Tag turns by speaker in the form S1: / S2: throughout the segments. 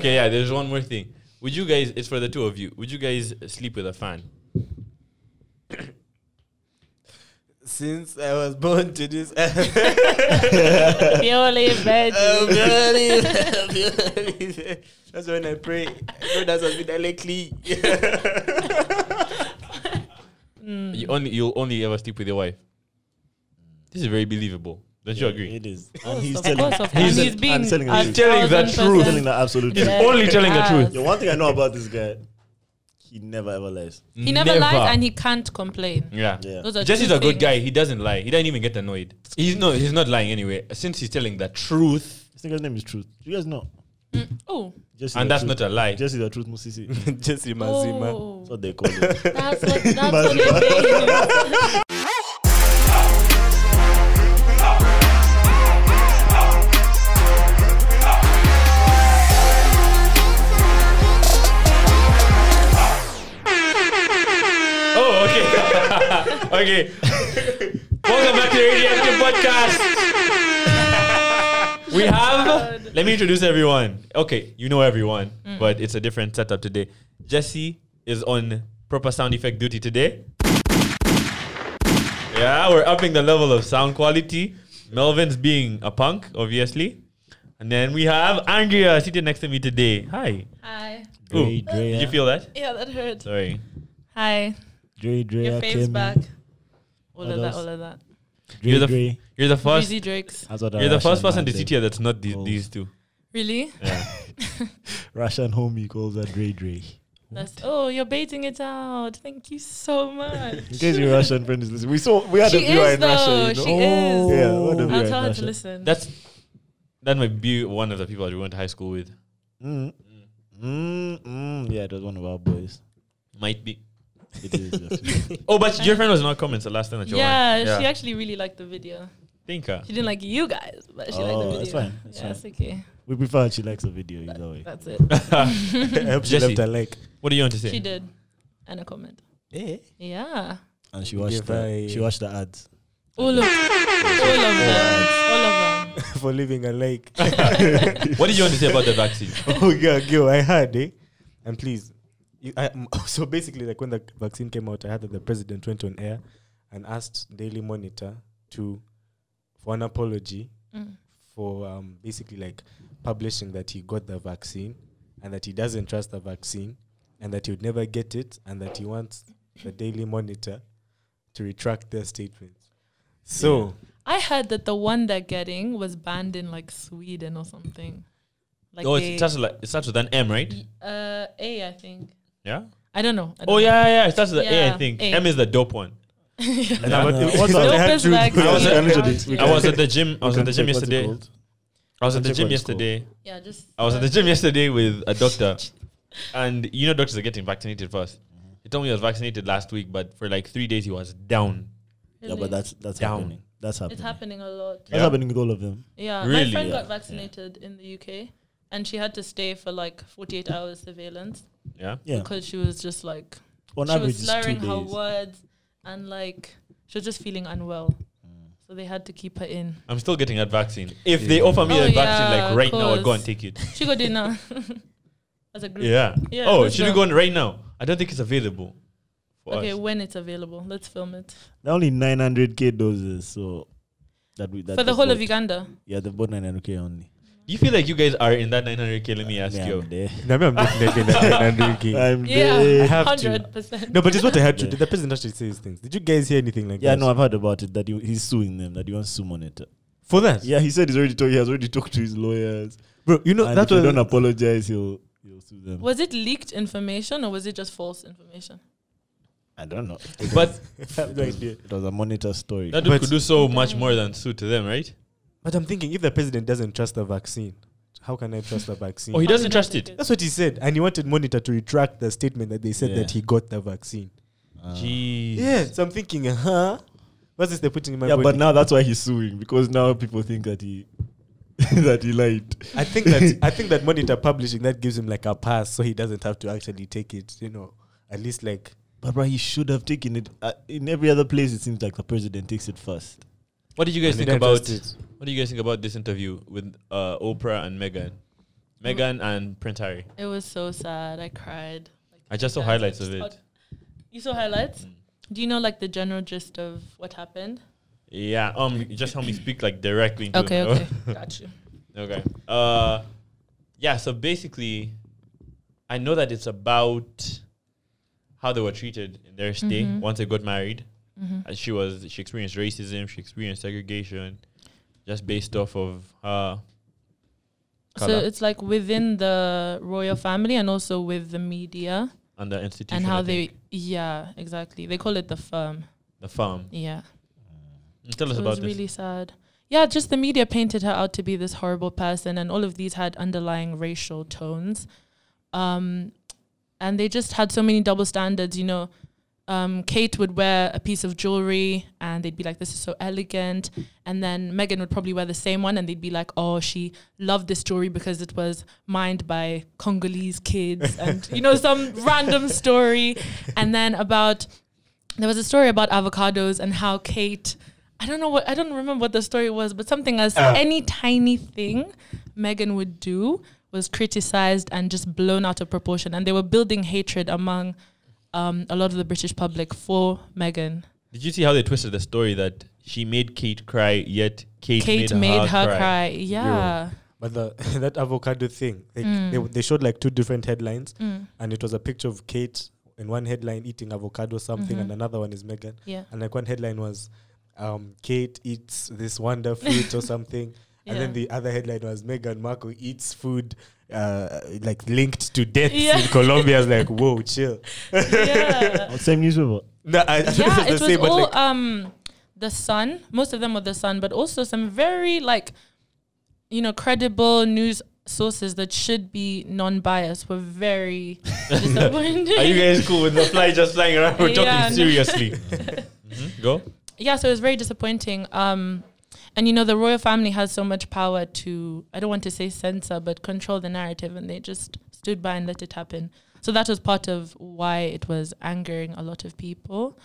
S1: okay, yeah. There's one more thing. Would you guys? It's for the two of you. Would you guys sleep with a fan?
S2: Since I was born to this.
S3: Purely
S2: Oh,
S3: veggie.
S2: bloody- bloody- that's when I pray. God has been directly.
S3: Mm.
S1: You only you'll only ever sleep with your wife. This is very believable. Don't you agree?
S4: It is. And he's
S3: of
S4: telling.
S3: course, of course.
S4: He's,
S3: He's,
S4: I'm
S3: being
S4: telling
S3: a
S4: you.
S1: Telling the
S3: thousand
S1: truth.
S3: percent.
S4: telling the absolute
S1: He's
S4: truth.
S3: Yeah.
S1: only telling the
S3: Yes.
S1: truth.
S4: The one thing I know about this guy, he never ever lies.
S1: Mm.
S3: He never, lies and he can't complain.
S1: yeah.
S4: Yeah.
S3: Those are
S1: Jess
S3: two
S1: is a good
S3: things.
S1: guy. He doesn't lie. He doesn't even get annoyed. He's no. He's not lying anyway. Since he's telling the truth,
S4: This nigga's name is Truth. You guys know.
S3: Oh,
S4: Just
S1: and that's not a lie.
S4: Just is the truth, Musisi. That's
S2: Jesse Mazima.
S3: oh.
S4: what they call it.
S3: that's what that's what it means.
S1: Oh, okay. okay. Welcome back to the Radioactive Podcast. we have. Let me introduce everyone. Okay, you know everyone, but it's a different setup today. Jesse is on proper sound effect duty today. Yeah, we're upping the level of sound quality. Melvin's being a punk, obviously. And then we have Andrea seated next to me today. Hi.
S3: Hi.
S1: Ooh,
S4: Dre, Dre,
S1: Did you feel that?
S3: Yeah, that hurt.
S1: Sorry.
S3: Hi.
S4: Dre, Dre,
S3: Your fame's
S4: Kemi,
S3: back. All of that,
S4: Others.
S3: all of that.
S4: Dre,
S1: You're the f-
S4: Dre,
S1: You're the first.
S3: Breezy Drakes.
S4: Hazard
S1: You're the
S4: Russian
S1: first person
S4: man
S1: to
S4: there.
S1: sit here that's not these,
S4: Oh.
S1: these two.
S3: Really?
S4: Russian homie calls her Dre Dre.
S3: That's, oh, you're baiting it out. Thank you so much.
S4: In case your Russian friend is listening, we saw we had
S3: She
S4: a viewer
S3: is
S4: in Russia.
S3: though,
S4: You know? Oh.
S3: she is.
S4: Yeah, we had a viewer
S3: I'll
S4: in
S3: tell her
S4: Russia.
S3: to listen.
S1: That's that might be one of the people that we went to high school with.
S4: Mm. Mm, mm. Yeah, it was one of our boys.
S1: Might be.
S4: It is. actually.
S1: Oh, but your friend was not comments the last time that you
S3: yeah,
S1: went.
S3: she actually really liked the video.
S1: think uh,
S3: She didn't like you guys, but she liked the
S4: oh,
S3: video.
S4: that's fine. That's
S3: yeah,
S4: fine.
S3: it's okay.
S4: We prefer she likes the video either way.
S3: That's it.
S4: I hope she
S1: Jesse.
S4: left her like.
S1: What do you want to say?
S3: She did. And a comment.
S2: Eh?
S3: Yeah.
S4: And she
S2: Give
S4: watched
S2: her
S4: the
S2: a-
S4: she watched the ads
S3: All of all of them. All of them.
S2: For leaving a like.
S1: What did you want to say about the vaccine?
S2: oh yeah, girl, I had eh? And please, you, I, m- so basically, like when the vaccine came out, I heard that the president went on air and asked Daily Monitor to for an apology
S3: Mm.
S2: for um, basically like publishing that he got the vaccine and that he doesn't trust the vaccine and that he would never get it and that he wants the Daily Monitor to retract their statements. So
S3: I heard that the one they're getting was banned in like Sweden or something. Like
S1: oh,
S3: they-
S1: it starts, with, like, it starts with an M, right?
S3: uh, A, I think.
S1: Yeah.
S3: I don't know. I
S1: Oh
S3: don't know.
S1: yeah, yeah. It starts with an A, I
S3: Yeah,
S1: think.
S3: A.
S1: M is the dope one.
S4: And I-
S2: but
S4: uh,
S2: it-
S4: what's
S2: it
S4: up?
S2: had
S3: Dope is
S2: truth.
S3: like-
S2: We
S1: I was
S2: can-
S4: at-
S2: we
S1: I
S2: can-
S1: was at the gym. I was
S4: We
S1: at the
S4: can
S1: gym
S4: check what's it
S1: yesterday.
S4: called.
S1: I was at the
S4: check
S1: gym
S4: what it's called.
S1: yesterday.
S3: Yeah, just.
S1: I was at the
S3: uh,
S1: gym yesterday with a doctor, and you know doctors are getting vaccinated 1st He told me he was vaccinated last week, but for like three days he was down.
S4: Yeah,
S3: really.
S4: but that's that's
S1: Down.
S4: happening. That's happening.
S3: It's happening a lot.
S4: That's
S1: Yeah.
S4: happening with all of them.
S3: Yeah,
S1: Really?
S3: my friend got
S4: Yeah.
S3: vaccinated in the UK, and she had to stay for like 48 hours surveillance
S1: Yeah.
S4: Yeah.
S3: because she was just like
S4: On
S3: she
S4: average,
S3: was
S4: it's two
S3: slurring
S4: days.
S3: her words and like she was just feeling unwell. So they had to keep her in.
S1: I'm still getting that vaccine. If they offer me
S3: Oh,
S1: a vaccine
S3: yeah,
S1: like right now, I'd go
S3: course.
S1: and take it.
S3: She got it now as a group.
S1: Yeah.
S3: Yeah,
S1: oh,
S3: let's
S1: should we
S3: go.
S1: go on right now? I don't think it's available. For
S3: Okay,
S1: us.
S3: when it's available, let's film it
S4: They're only 900k doses, so that we that
S3: for the
S4: is
S3: whole of
S4: what-
S3: Uganda.
S4: Yeah, they bought 900k only.
S1: Do you feel like you guys are in that 900k? Let me ask
S4: Yeah,
S1: you.
S4: I'm there.
S2: No, I mean, I'm definitely not and drinking.
S4: I'm
S3: Yeah,
S4: there.
S2: I have to.
S3: hundred percent.
S2: No, but it's what I had to
S4: Yeah.
S2: do. The president actually says things. Did you guys hear anything like
S4: Yeah,
S2: that?
S4: no, I've heard about it that he, he's suing them, that he wants to sue monitor.
S2: For that?
S4: Yeah, he said he's already talked. He has already talked to his lawyers.
S2: Bro, you know,
S4: and
S2: that
S4: if they don't
S2: was.
S4: apologize, he'll he'll sue them.
S3: Was it leaked information or was it just false information?
S4: I don't know.
S1: But
S2: I have no idea.
S4: It was a monitor story.
S1: that dude
S2: But-
S1: could do so much more than sue to them, right?
S2: But I'm thinking if the president doesn't trust the vaccine, how can I trust the vaccine?
S1: Oh, he
S3: How
S1: doesn't
S3: did
S1: trust
S3: take
S1: it.
S2: That's what he said. And he wanted Monitor to retract the statement that they said
S4: Yeah.
S2: that he got the vaccine.
S4: Uh,
S1: Jeez.
S2: Yeah, so I'm thinking, uh huh. What's this they're putting in my
S4: yeah,
S2: body?
S4: but now that's why he's suing because now people think that he that he lied.
S2: I think that I think that Monitor publishing that gives him like a pass so he doesn't have to actually take it, you know. At least like
S4: But bro, he should have taken it. Uh, in every other place, it seems like the president takes it first.
S1: What did you guys
S2: And
S1: think
S2: they
S1: about?
S2: trust it.
S1: What do you guys think about this interview with uh, Oprah and Megan? Megan and Prince Harry.
S3: It was so sad. I cried. Like,
S1: I just saw
S3: guys
S1: highlights
S3: just
S1: of
S3: out-
S1: it.
S3: You saw highlights?
S1: Mm.
S3: Do you know like the general gist of what happened?
S1: Yeah. Um. you Just help me speak like directly. Into
S3: Okay,
S1: it.
S3: okay, got you.
S1: Okay. Uh, yeah. So basically, I know that it's about how they were treated in their stay
S3: Mhm.
S1: once they got married.
S3: hmm
S1: And she was she experienced racism. She experienced segregation, just based off of her.
S3: So
S1: Color.
S3: it's like within the royal family and also with the media
S1: and the institution
S3: and how
S1: I
S3: they
S1: think,
S3: yeah exactly they call it the firm
S1: the farm.
S3: yeah.
S1: Tell us
S3: it
S1: about
S3: was
S1: this.
S3: really sad. Yeah, just the media painted her out to be this horrible person, and all of these had underlying racial tones. Um, and they just had so many double standards. You know, um, Kate would wear a piece of jewelry, and they'd be like, "This is so elegant," and then Megan would probably wear the same one, and they'd be like, "Oh, she loved this jewelry because it was mined by Congolese kids," and you know, some random story. And then about there was a story about avocados and how Kate I don't know what I don't remember what the story was, but something as any tiny thing Megan would do was criticized and just blown out of proportion, and they were building hatred among um, a lot of the British public for Megan.
S1: Did you see how they twisted the story that she made Kate cry, yet Kate,
S3: Kate
S1: made,
S3: made her,
S1: cry?
S3: cry. Yeah,
S2: But the that avocado thing, they,
S1: Hmm.
S2: they they showed like two different headlines,
S3: Mm.
S2: and it was a picture of Kate in one headline eating avocado something,
S1: Mm-hmm.
S2: and another one is Megan.
S3: yeah.
S2: And like one headline was, um, Kate eats this wonder fruit or something. And then
S3: Yeah.
S2: the other headline was Meghan Markle eats food uh, like linked to deaths
S3: Yeah.
S2: in Colombia. I was like, whoa, chill.
S3: yeah.
S4: Same newspaper.
S2: No, I, I don't know if
S3: yeah,
S2: it's
S3: it was
S2: the same, but
S3: all
S2: like,
S3: um the sun. Most of them were the sun, but also some very like you know credible news sources that should be non-biased were very disappointed.
S1: Are you guys cool with the fly just flying around? We're
S3: Yeah,
S1: talking
S3: no.
S1: seriously. Mhm, Go.
S3: yeah, so it was very disappointing. Um, and you know, the royal family has so much power to, I don't want to say censor, but control the narrative, and they just stood by and let it happen. So that was part of why it was angering a lot of people.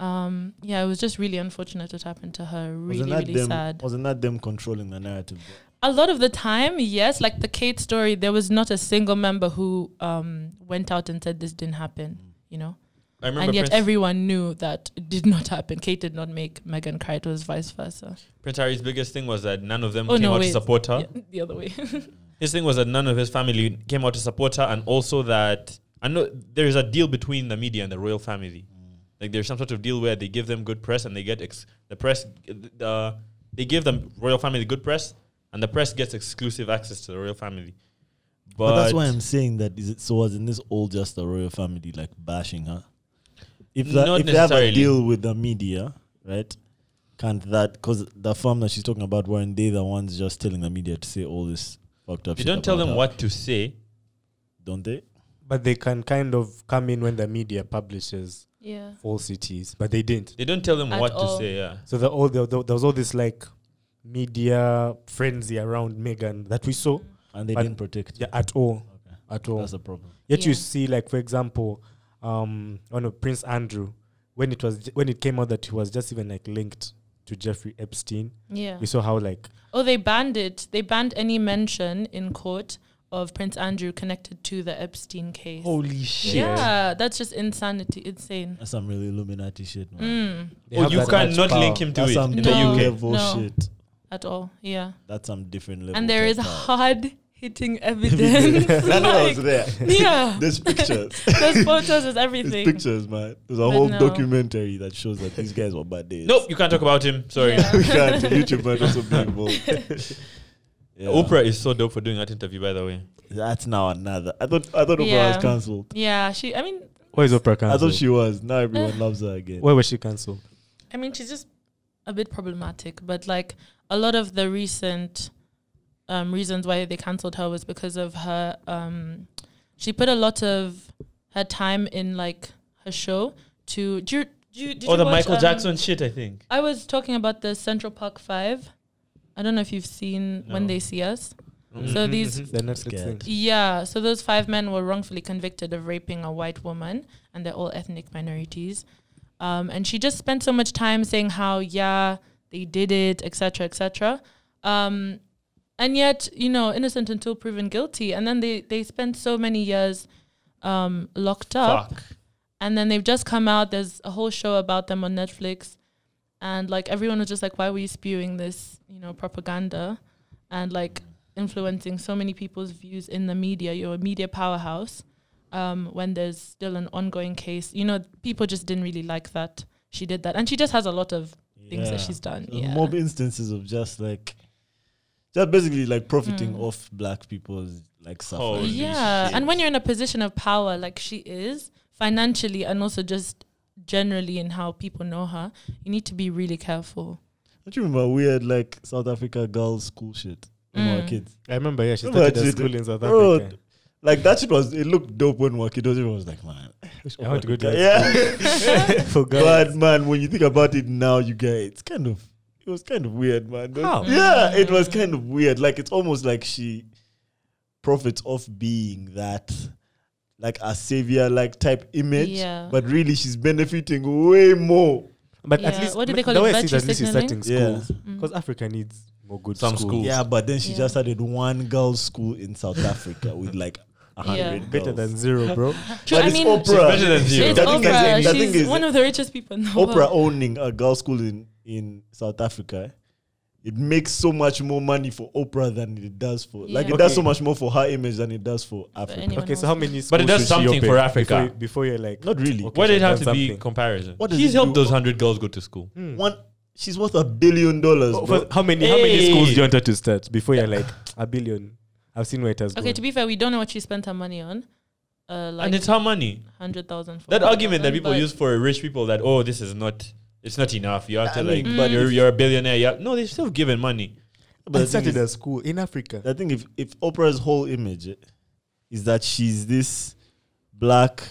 S3: Um, yeah, it was just really unfortunate what happened to her. Really,
S4: wasn't that
S3: really
S4: them?
S3: sad.
S4: Wasn't that them controlling the narrative? bro?
S3: A lot of the time, yes, like the Kate story, there was not a single member who um, went out and said this didn't happen,
S4: Mm.
S3: you know?
S1: I remember
S3: and yet
S1: Prince,
S3: everyone knew that it did not happen. Kate did not make Meghan cry, it was vice versa.
S1: Prince Harry's biggest thing was that none of them
S3: Oh,
S1: came
S3: no,
S1: out to
S3: wait.
S1: support her.
S3: Yeah, the other way.
S1: His thing was that none of his family came out to support her, and also that I know there is a deal between the media and the royal family.
S2: Mm.
S1: Like there's some sort of deal where they give them good press, and they get ex- the press. Uh, they give the royal family good press, and the press gets exclusive access to the royal family. But,
S4: But, that's why I'm saying that. Is it so? Wasn't this all just the royal family like bashing her? If that,
S1: Not
S4: if they have a
S1: necessarily.
S4: deal with the media, right? Can't that because the firm that she's talking about weren't they the ones just telling the media to say all this fucked up?
S1: you
S4: shit
S1: don't tell
S4: about
S1: them
S4: her,
S1: what to say.
S4: don't they?
S2: but they can kind of come in when the media publishes
S3: yeah.
S2: falsities, but they didn't.
S1: They don't tell them
S3: At
S1: what
S3: all.
S1: to say. Yeah.
S2: So the, all the, the, there was all this like media frenzy around Meghan that we saw
S4: And they
S2: But-
S4: didn't protect.
S2: yeah, at all,
S4: Okay.
S2: at all.
S4: That's a problem.
S2: Yet you
S3: Yeah.
S2: see, like for example, um, on a Prince Andrew, when it was when it came out that he was just even like linked to Jeffrey Epstein,
S3: Mm. Yeah.
S2: we saw how like
S3: Oh, they banned it. They banned any mention in court of Prince Andrew connected to the Epstein case.
S2: Oh,
S1: Holy shit!
S3: yeah, that's just insanity. Insane.
S4: That's some really Illuminati shit, man.
S3: Mm,
S2: they
S1: oh,
S2: have
S1: you
S2: that much
S1: cannot
S2: power.
S1: link him to
S4: That's
S1: it
S4: some
S1: in the
S3: No.
S1: UK.
S4: level
S3: No.
S4: shit.
S3: at all. Yeah.
S4: That's some different level.
S3: And there is
S4: shit, man.
S3: hard hitting evidence.
S4: None of
S3: Like,
S4: us there.
S3: yeah.
S4: There's pictures.
S3: There's photos, there's
S4: There's
S3: everything.
S4: pictures, man. There's a
S3: But
S4: whole
S3: no.
S4: documentary that shows that these guys were bad days.
S1: Nope, you can't talk about him. Sorry.
S3: Yeah.
S4: we can't. YouTube might also be involved. Yeah.
S1: Oprah is so dope for doing that interview, by the way.
S4: That's now another. I thought I thought Oprah
S3: Yeah.
S4: was cancelled.
S3: Yeah, she I mean
S2: Why is Oprah
S4: I
S2: cancelled?
S4: thought she was. Now
S3: Eh.
S4: everyone loves her again.
S2: Why was she cancelled?
S3: I mean, she's just a bit problematic, but like a lot of the recent um, reasons why they cancelled her was because of her. Um, she put a lot of her time in like her show to. Do you, do you, did
S1: Oh,
S3: you
S1: the
S3: watch,
S1: Michael
S3: um,
S1: Jackson shit, I think.
S3: I was talking about the Central Park Five. I don't know if you've seen When
S1: No.
S3: They See Us.
S1: Mm.
S2: Mm-hmm.
S3: So these
S2: The Netflix
S4: Scared.
S2: thing.
S3: yeah, so those five men were wrongfully convicted of raping a white woman, and they're all ethnic minorities. Um, and she just spent so much time saying how yeah they did it, etc., etc. Um, and yet you know innocent until proven guilty and then they they spend so many years um locked up
S1: Fuck.
S3: and then they've just come out there's a whole show about them on netflix and like everyone was just like why were you spewing this you know propaganda and like influencing so many people's views in the media you're a media powerhouse um when there's still an ongoing case you know people just didn't really like that she did that and she just has a lot of things that she's done
S4: There's
S3: yeah
S4: Mob instances of just like, just basically like profiting
S3: Mm.
S4: off black people's like
S1: Holy
S4: suffering.
S3: yeah
S1: shit.
S3: and when you're in a position of power like she is financially and also just generally in how people know her you need to be really careful
S4: Don't you remember we had like South Africa girls school shit when we were
S3: Mm.
S4: kids?
S2: I remember, yeah, she
S4: Remember
S2: started
S4: she
S2: a school
S4: did-
S2: in South
S4: Bro,
S2: Africa.
S4: Like that shit was it looked dope when we were kids. Everyone was like, man,
S2: I want to go to that
S4: yeah.
S2: school. Forgot.
S4: but man, when you think about it now, you get it's kind of it was kind of weird, man. Don't-
S2: How?
S4: Yeah, it was kind of weird. Like it's almost like she profits off being that like a savior like type image.
S3: Yeah.
S4: But really she's benefiting way more.
S2: But at
S3: Yeah,
S2: least
S3: what do
S2: ma-
S3: they call
S2: the
S3: it,
S2: way I see
S3: virtue
S2: that
S3: Mm.
S2: at least is starting
S4: signaling?
S2: schools because Africa needs more good
S1: Some
S2: schools.
S1: schools.
S4: Yeah, but then she
S3: Yeah.
S4: just started one girls' school in South Africa with like a hundred
S3: Yeah.
S2: Better
S4: girls.
S2: than zero, bro.
S3: True,
S4: But
S3: I
S4: it's
S3: mean
S4: Oprah.
S1: She's better than zero.
S3: it's
S4: The thing is-
S3: Oprah.
S4: the thing
S3: she's
S4: is-
S3: one of the richest people in the
S4: Oprah
S3: world
S4: owning a girls' school in, in South Africa, it makes so much more money for Oprah than it does for like it
S3: Yeah.
S4: does
S2: Okay.
S4: so much more for her image than it does for Africa.
S3: anyone
S2: Okay,
S3: else.
S2: so how many schools
S1: But it does
S2: should she
S1: something
S2: open
S1: for Africa.
S2: Before, you, before you're like,
S4: Not really.
S2: Okay.
S1: Why did it have
S2: she's
S1: to
S2: done
S1: be
S2: something.
S1: comparison?
S4: What does
S1: She's
S4: it
S1: helped
S4: do?
S1: those hundred girls go to school.
S4: One, she's worth a billion dollars.
S2: Hmm. Oh,
S4: bro.
S2: for- how many how many schools
S1: Hey.
S2: do you want her to start before you're like a billion? I've seen where it has
S3: okay
S2: gone.
S3: to be fair we don't know what she spent her money on uh like
S1: and it's her money.
S3: 100,000
S1: That argument that people
S3: but-
S1: use for rich people that oh this is not it's not enough. You have to
S4: I
S1: like
S4: mean,
S2: mm.
S4: but
S1: you're
S4: if-
S1: you're a billionaire. Yeah, no, they're still giving money.
S4: But
S2: I
S4: the thing
S2: started
S4: is-
S2: a school in Africa.
S4: I think if, if Oprah's whole image eh, is that she's this black,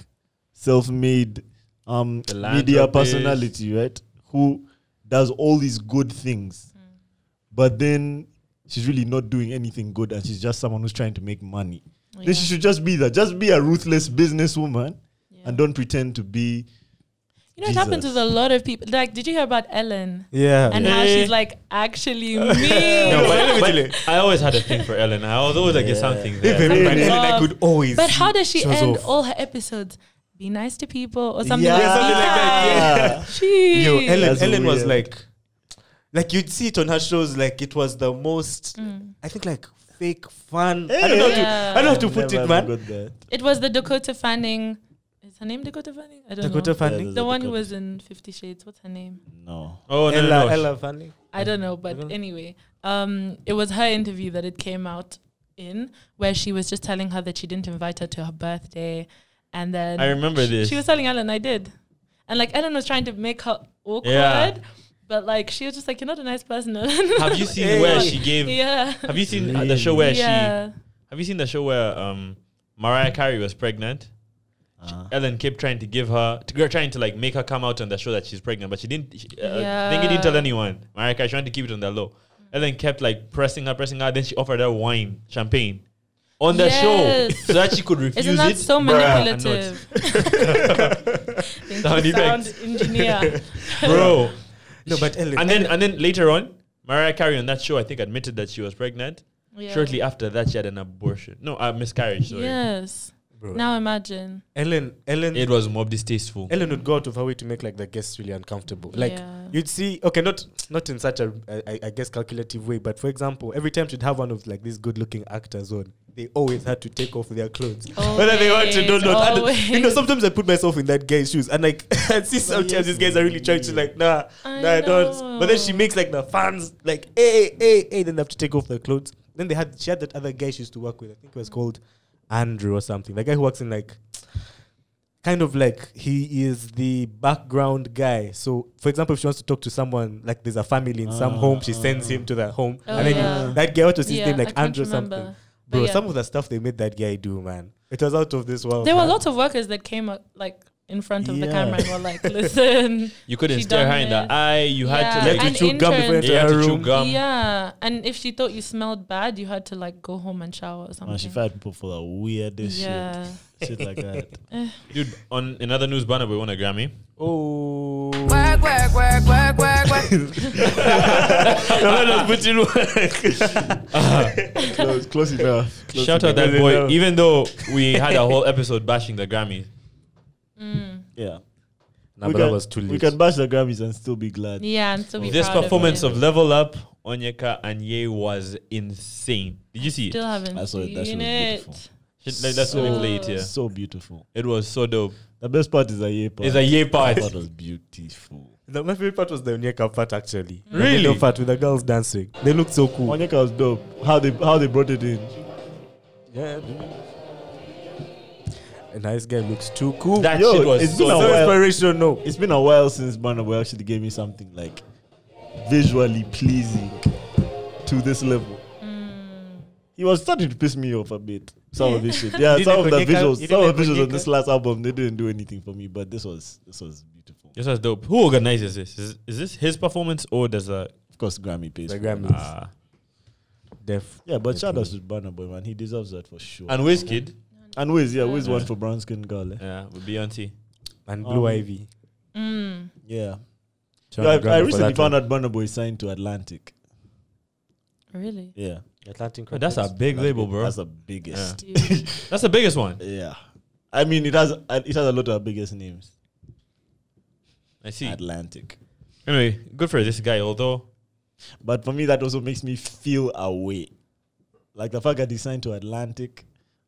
S4: self made um, media
S1: Philanthropist.
S4: personality, right? Who does all these good things,
S3: Hmm.
S4: but then she's really not doing anything good and she's just someone who's trying to make money.
S3: Yeah.
S4: Then she should just be that. Just be a ruthless businesswoman
S3: Yeah.
S4: and don't pretend to be.
S3: you know it happens
S4: Jesus.
S3: with a lot of people like did you hear about Ellen
S2: Yeah.
S3: and how
S1: Eh.
S3: she's like actually mean
S1: No, but-
S2: let me
S1: but
S2: tell you.
S1: I always had a thing for Ellen. I was always like, there's something there.
S4: Even
S1: something
S4: Ellen,
S1: there.
S3: Ellen, I
S2: I
S3: Love.
S2: could
S3: could
S2: always.
S3: But how does she
S2: shows
S3: end
S2: off.
S3: all her episodes? Be nice to people or something
S4: Yeah.
S3: like
S4: Yeah, something
S2: like
S3: that. Jeez.
S2: Yo, Ellen,
S4: That's
S2: Ellen was
S4: weird.
S2: like, like you'd see it on her shows. Like it was the most,
S3: Mm.
S2: I think, like fake fun. I don't know. How
S3: Yeah.
S2: to, I don't know how to put
S4: Never
S2: it, man.
S4: got that.
S3: It was the Dakota Fanning. Is her name Dakota Fanning? I don't
S2: Dakota
S3: know.
S2: Fanning.
S4: Yeah,
S3: the one who
S4: Dakota.
S3: was in Fifty Shades. What's her name?
S4: No.
S1: Oh no, no,
S2: Ella,
S1: no.
S2: Ella Fanning.
S3: I don't know, but
S2: don't-
S3: anyway, um, it was her interview that it came out in where she was just telling her that she didn't invite her to her birthday, and then
S1: I remember this.
S3: she was telling Ellen, "I did," and like Ellen was trying to make her awkward,
S1: Yeah.
S3: but like she was just like, "You're not a nice person."
S1: Have you seen
S2: Hey.
S1: where she gave?
S3: yeah.
S1: Have you seen uh, the show where she?
S3: yeah.
S1: Have you seen the show where um Mariah Carey was pregnant?
S4: Uh-huh.
S1: Ellen kept trying to give her, to, go- trying to like make her come out on the show that she's pregnant, but she didn't. She, uh,
S3: Yeah.
S1: Thingy didn't tell anyone. Mariah Carey she wanted to keep it on the low. Ellen kept like pressing her, pressing her. Then she offered her wine, champagne, on the show
S3: Yes.
S1: so that she could refuse
S3: Isn't that
S1: it.
S3: so manipulative? Thank
S1: Sound
S3: you,
S1: effects.
S3: sound engineer.
S1: bro?
S2: No, but Ellen.
S1: and then and then later on, Mariah Carey on that show I think admitted that she was pregnant.
S3: Yeah.
S1: Shortly after that, she had an abortion. No, a miscarriage. Sorry,
S3: Yes.
S2: Bro.
S3: Now imagine.
S2: Ellen, Ellen,
S1: it was mob distasteful.
S2: Ellen would go out of her way to make like the guests really uncomfortable. Like
S3: Yeah.
S2: you'd see, okay, not not in such a I I- I guess calculative way, but for example, every time she'd have one of like these good-looking actors on, they always had to take off their clothes, whether they want to do
S3: Always,
S2: not. And, you know,
S3: always.
S2: sometimes I put myself in that guy's shoes, and like I see sometimes these guys are really trying to like nah,
S3: I
S2: nah, I don't.
S3: know.
S2: But then she makes like the fans like hey, hey, hey. Then they have to take off their clothes. Then they had she had that other guy she used to work with. I think it was called Andrew or something. The guy who works in like kind of like he is the background guy. So, for example, if she wants to talk to someone, like there's a family in some
S4: Ah,
S2: home, she
S4: ah,
S2: sends
S4: ah.
S2: him to that home,
S3: Oh,
S2: and then
S3: yeah.
S2: he, that guy what was his
S3: Yeah,
S2: name
S3: I
S2: like
S3: can't
S2: Andrew something.
S3: remember. But
S2: Bro,
S3: yeah.
S2: some of the stuff they made that guy do, man, it was out of this world.
S3: There were a
S2: man.
S3: lot of workers that came up, like in front of the
S4: Yeah.
S3: camera and were like, "Listen,
S1: You couldn't
S3: She
S1: stare her
S3: done
S1: in the
S3: this.
S1: eye. You had
S3: Yeah,
S1: to
S2: You
S1: like
S2: had
S3: and
S2: to chew gum before you
S3: interns.
S2: enter
S1: you had
S2: her
S1: to chew
S2: room.
S1: gum.
S3: yeah." And if she thought you smelled bad, you had to like go home and shower
S2: Oh,
S3: or something.
S4: Man, she fired people for the weirdest
S3: yeah.
S4: shit. Shit like that.
S1: Dude, on another news banner, we won a Grammy.
S2: Oh,
S5: Work, work, work, work, work, work, work.
S4: close, close enough. Close
S1: Uh-huh. Shout out
S4: enough.
S1: that boy. Even though we had a whole episode bashing the Grammys.
S4: Yeah.
S2: Nah,
S4: we
S2: but
S4: can,
S2: that was too
S4: We
S2: late.
S4: can bash the Grammys and still be glad.
S3: Yeah, and so we
S1: This
S3: proud
S1: performance
S3: of,
S1: of Level Up, Onyeka and Ye was insane. Did you see it?
S3: still haven't
S4: I saw it, that
S3: seen
S4: shit was
S3: it.
S4: beautiful.
S1: Should- let- Let's let me play it here.
S4: So beautiful.
S1: It was so dope.
S4: The best part is a year part.
S1: It's a Ye part.
S4: That part was beautiful.
S2: The, my favorite part was the Onyeka part actually. The
S1: Really?
S2: middle part with the girls dancing. They looked so cool.
S4: Onyeka was dope. How they how they brought it in.
S2: Yeah. And this guy looks too cool.
S1: That
S4: Yo,
S1: shit was
S4: it's
S1: so
S4: been
S2: so
S4: a
S1: dope.
S4: while.
S2: inspirational.
S4: It's been a while since Barnabo actually gave me something like visually pleasing to this level. He was starting to piss me off a bit. Some of this shit. Yeah,
S2: You
S4: some of
S2: didn't
S4: the
S2: like Onyeka?
S4: visuals.
S2: You
S4: Some
S2: didn't
S4: of the
S2: like
S4: visuals on
S2: Onyeka?
S4: this last album, they didn't do anything for me, but this was this was beautiful.
S1: This was dope. Who organizes this? Is, is this his performance or does a
S4: Of course Grammy pays.
S2: The
S4: for it.
S2: Grammys.
S1: Ah.
S2: Def.
S4: Yeah, but shout out
S2: Definitely.
S4: to Burna Boy, man. He deserves that for sure.
S1: and Wizkid?
S4: and Wiz, yeah, Wiz
S1: Yeah.
S4: one for brown skin girl. Eh?
S1: Yeah, with Beyonce.
S2: And Blue
S4: Um,
S2: Ivy.
S3: Mm.
S4: Yeah.
S2: Shout
S4: Yeah,
S2: out to
S4: I,
S2: Grammy
S4: I
S2: for
S4: recently
S2: that
S4: found
S2: one.
S4: out Burna Boy signed to Atlantic.
S3: Really?
S4: Yeah.
S2: Atlantic
S1: Oh, that's a
S2: Records.
S1: big
S4: That's
S1: label,
S4: big-
S1: bro.
S4: That's the biggest.
S1: That's the biggest one.
S4: Yeah. I mean, it has uh, it has a lot of biggest names.
S1: I see.
S4: Atlantic.
S1: Anyway, good for this guy. Although
S4: But for me, that also makes me feel away. Like the fact that he signed to Atlantic,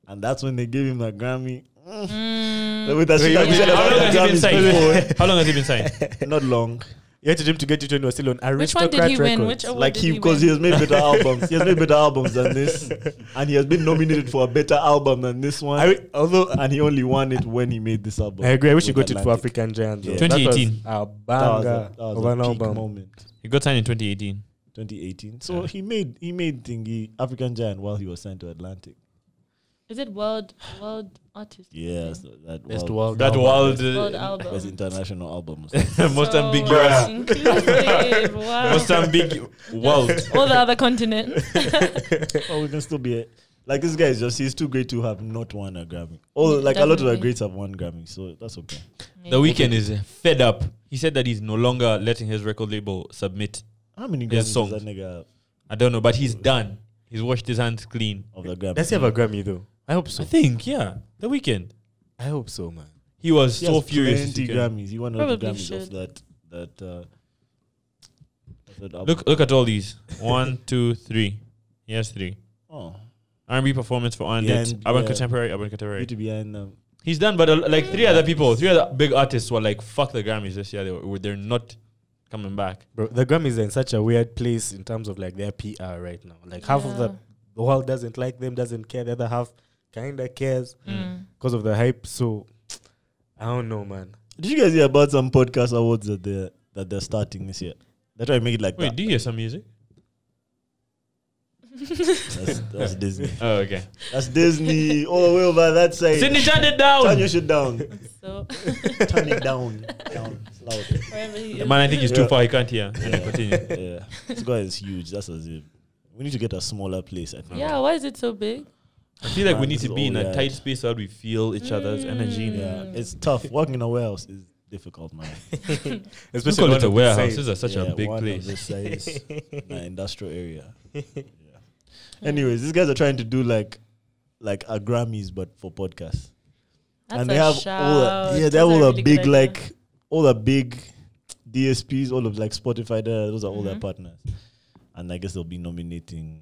S4: and that's when they gave him a Grammy.
S1: Mm.
S3: Mm.
S4: The way that shit that he said
S1: how long
S4: about
S1: has he been
S4: the Grammys
S1: signed? How long has he been signed?
S4: before, Not long.
S2: You had to him to get you to when you were still on
S3: Which one
S2: Aristocrat
S3: did he win?
S2: Records.
S3: Which award
S4: like
S3: did
S4: he because he,
S3: win?
S4: has made better albums. He has made better albums than this, and he has been nominated for a better album than this one.
S2: I re- although
S4: and he only won it when he made this album.
S2: I agree, I wish you
S4: with
S2: got it for
S4: Atlantic.
S2: African Giant. though.
S4: Yeah.
S2: That was
S1: 2018.
S2: A
S4: That was
S2: banger
S4: a, that was
S2: of
S4: a
S2: an
S4: peak
S2: album.
S4: moment.
S1: He got signed in 2018.
S4: 2018. So
S1: Yeah.
S4: he made he made thingy African Giant while he was signed to Atlantic.
S3: Is it world world artist?
S4: Yeah, so that
S2: Best
S4: was
S2: world
S1: That
S2: album.
S1: wild,
S3: World
S1: uh,
S3: album.
S4: best international album.
S1: most
S3: So
S1: ambiguous,
S3: inclusive, wow.
S1: most ambiguous world.
S3: All the other continents.
S4: or we can still be a, like this guy is just he's too great to have not won a Grammy. Oh,
S3: Yeah,
S4: like a lot of the
S3: definitely.
S4: greats have won Grammy, so that's okay.
S1: The weekend is fed up. He said that he's no longer letting his record label submit.
S4: How many
S1: There's
S4: Grammys
S1: songs.
S4: does that nigga have
S1: I don't know, but he's done. He's washed his hands clean.
S4: of the Grammy?
S2: Does he have a Grammy though? I hope
S1: I
S2: so.
S1: think, yeah, the weekend.
S2: I hope so, man.
S1: He was
S4: He
S1: so
S4: has
S1: furious. this
S4: Plenty
S1: weekend.
S4: Grammys. He won a lot of
S3: Probably
S4: Grammys
S3: should.
S4: of that that. Uh, of that album.
S1: Look, look at all these. One, two, three. He has three.
S4: oh,
S1: R&B performance for Arndt,
S4: Yeah,
S1: urban
S4: and- yeah.
S1: contemporary, urban contemporary.
S4: you to be in um,
S1: He's done, but uh, like three other people, three other big artists were like, "Fuck the Grammys this year. They were, they're not coming back."
S2: Bro, the Grammys are in such a weird place in terms of like their PR right now. Like half of the,
S3: Yeah.
S2: the world doesn't like them, doesn't care. The other half kinda cares
S3: Mm.
S2: because of the hype. So I don't know, man.
S4: Did you guys hear about some podcast awards that they're that they're starting this year? That's why I make it like
S1: Wait,
S4: that.
S1: do you hear some music?
S4: That's, that's Disney.
S1: Oh, okay.
S4: That's Disney all the way over that side.
S1: Sydney, turn it
S4: Turn
S1: down.
S4: your shit down.
S3: So
S4: Turn it down. Down. It's loud.
S3: wherever he is.
S1: Man, I think he's too
S4: Yeah.
S1: far. He can't hear. And I continue.
S4: Yeah. This guy is huge. That's as if. We need to get a smaller place. I think.
S3: Yeah, why is it so big?
S1: I feel like we
S4: Man,
S1: need
S4: this
S1: to
S4: is
S1: be in
S4: all
S1: a
S4: weird.
S1: tight space where we feel each other's energy.
S4: Yeah. It's tough. Working in a warehouse is difficult, man.
S1: We
S2: Especially
S1: call it
S2: one
S1: a
S2: of the
S1: warehouse.
S2: size.
S1: These are such
S4: Yeah,
S1: a big
S4: one Of
S1: place.
S4: this size in an industrial area. Yeah. Anyways, these guys are trying to do like like a Grammys but for podcasts.
S3: That's
S4: and
S3: a
S4: they have
S3: shout.
S4: all the, yeah, they
S3: That's
S4: have all
S3: a
S4: the
S3: really good
S4: big
S3: idea.
S4: like all the big DSPs, all of like Spotify. There, those are all their
S3: Mhm.
S4: partners, and I guess they'll be nominating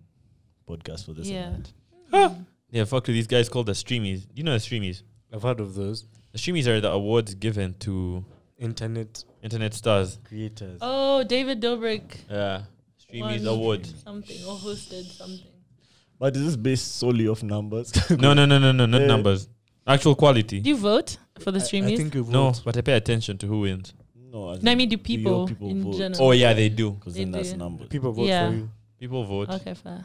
S4: podcasts for this.
S3: Yeah.
S4: and that.
S1: Yeah, fuck with these guys called the Streamies. You know the Streamies.
S2: I've heard of those
S1: The Streamies are the awards given to
S2: internet
S1: internet stars.
S2: creators.
S3: Oh, David Dobrik
S1: Yeah, Streamies
S3: One.
S1: award.
S3: something or hosted something.
S4: But is this based solely off numbers?
S1: No, no, no, no, no, not
S4: Yeah.
S1: numbers. Actual quality.
S3: Do you vote for the
S2: I
S3: streamies?
S2: think we
S1: No,
S2: vote.
S1: but I pay attention to who wins.
S4: no, as
S3: No, I
S4: in,
S3: mean, do
S4: your
S3: people in general?
S1: Oh yeah, they do.
S4: Because
S3: They
S4: then that's
S3: do.
S4: numbers.
S2: people vote
S3: Yeah.
S2: for you.
S1: People vote.
S3: Okay, fair.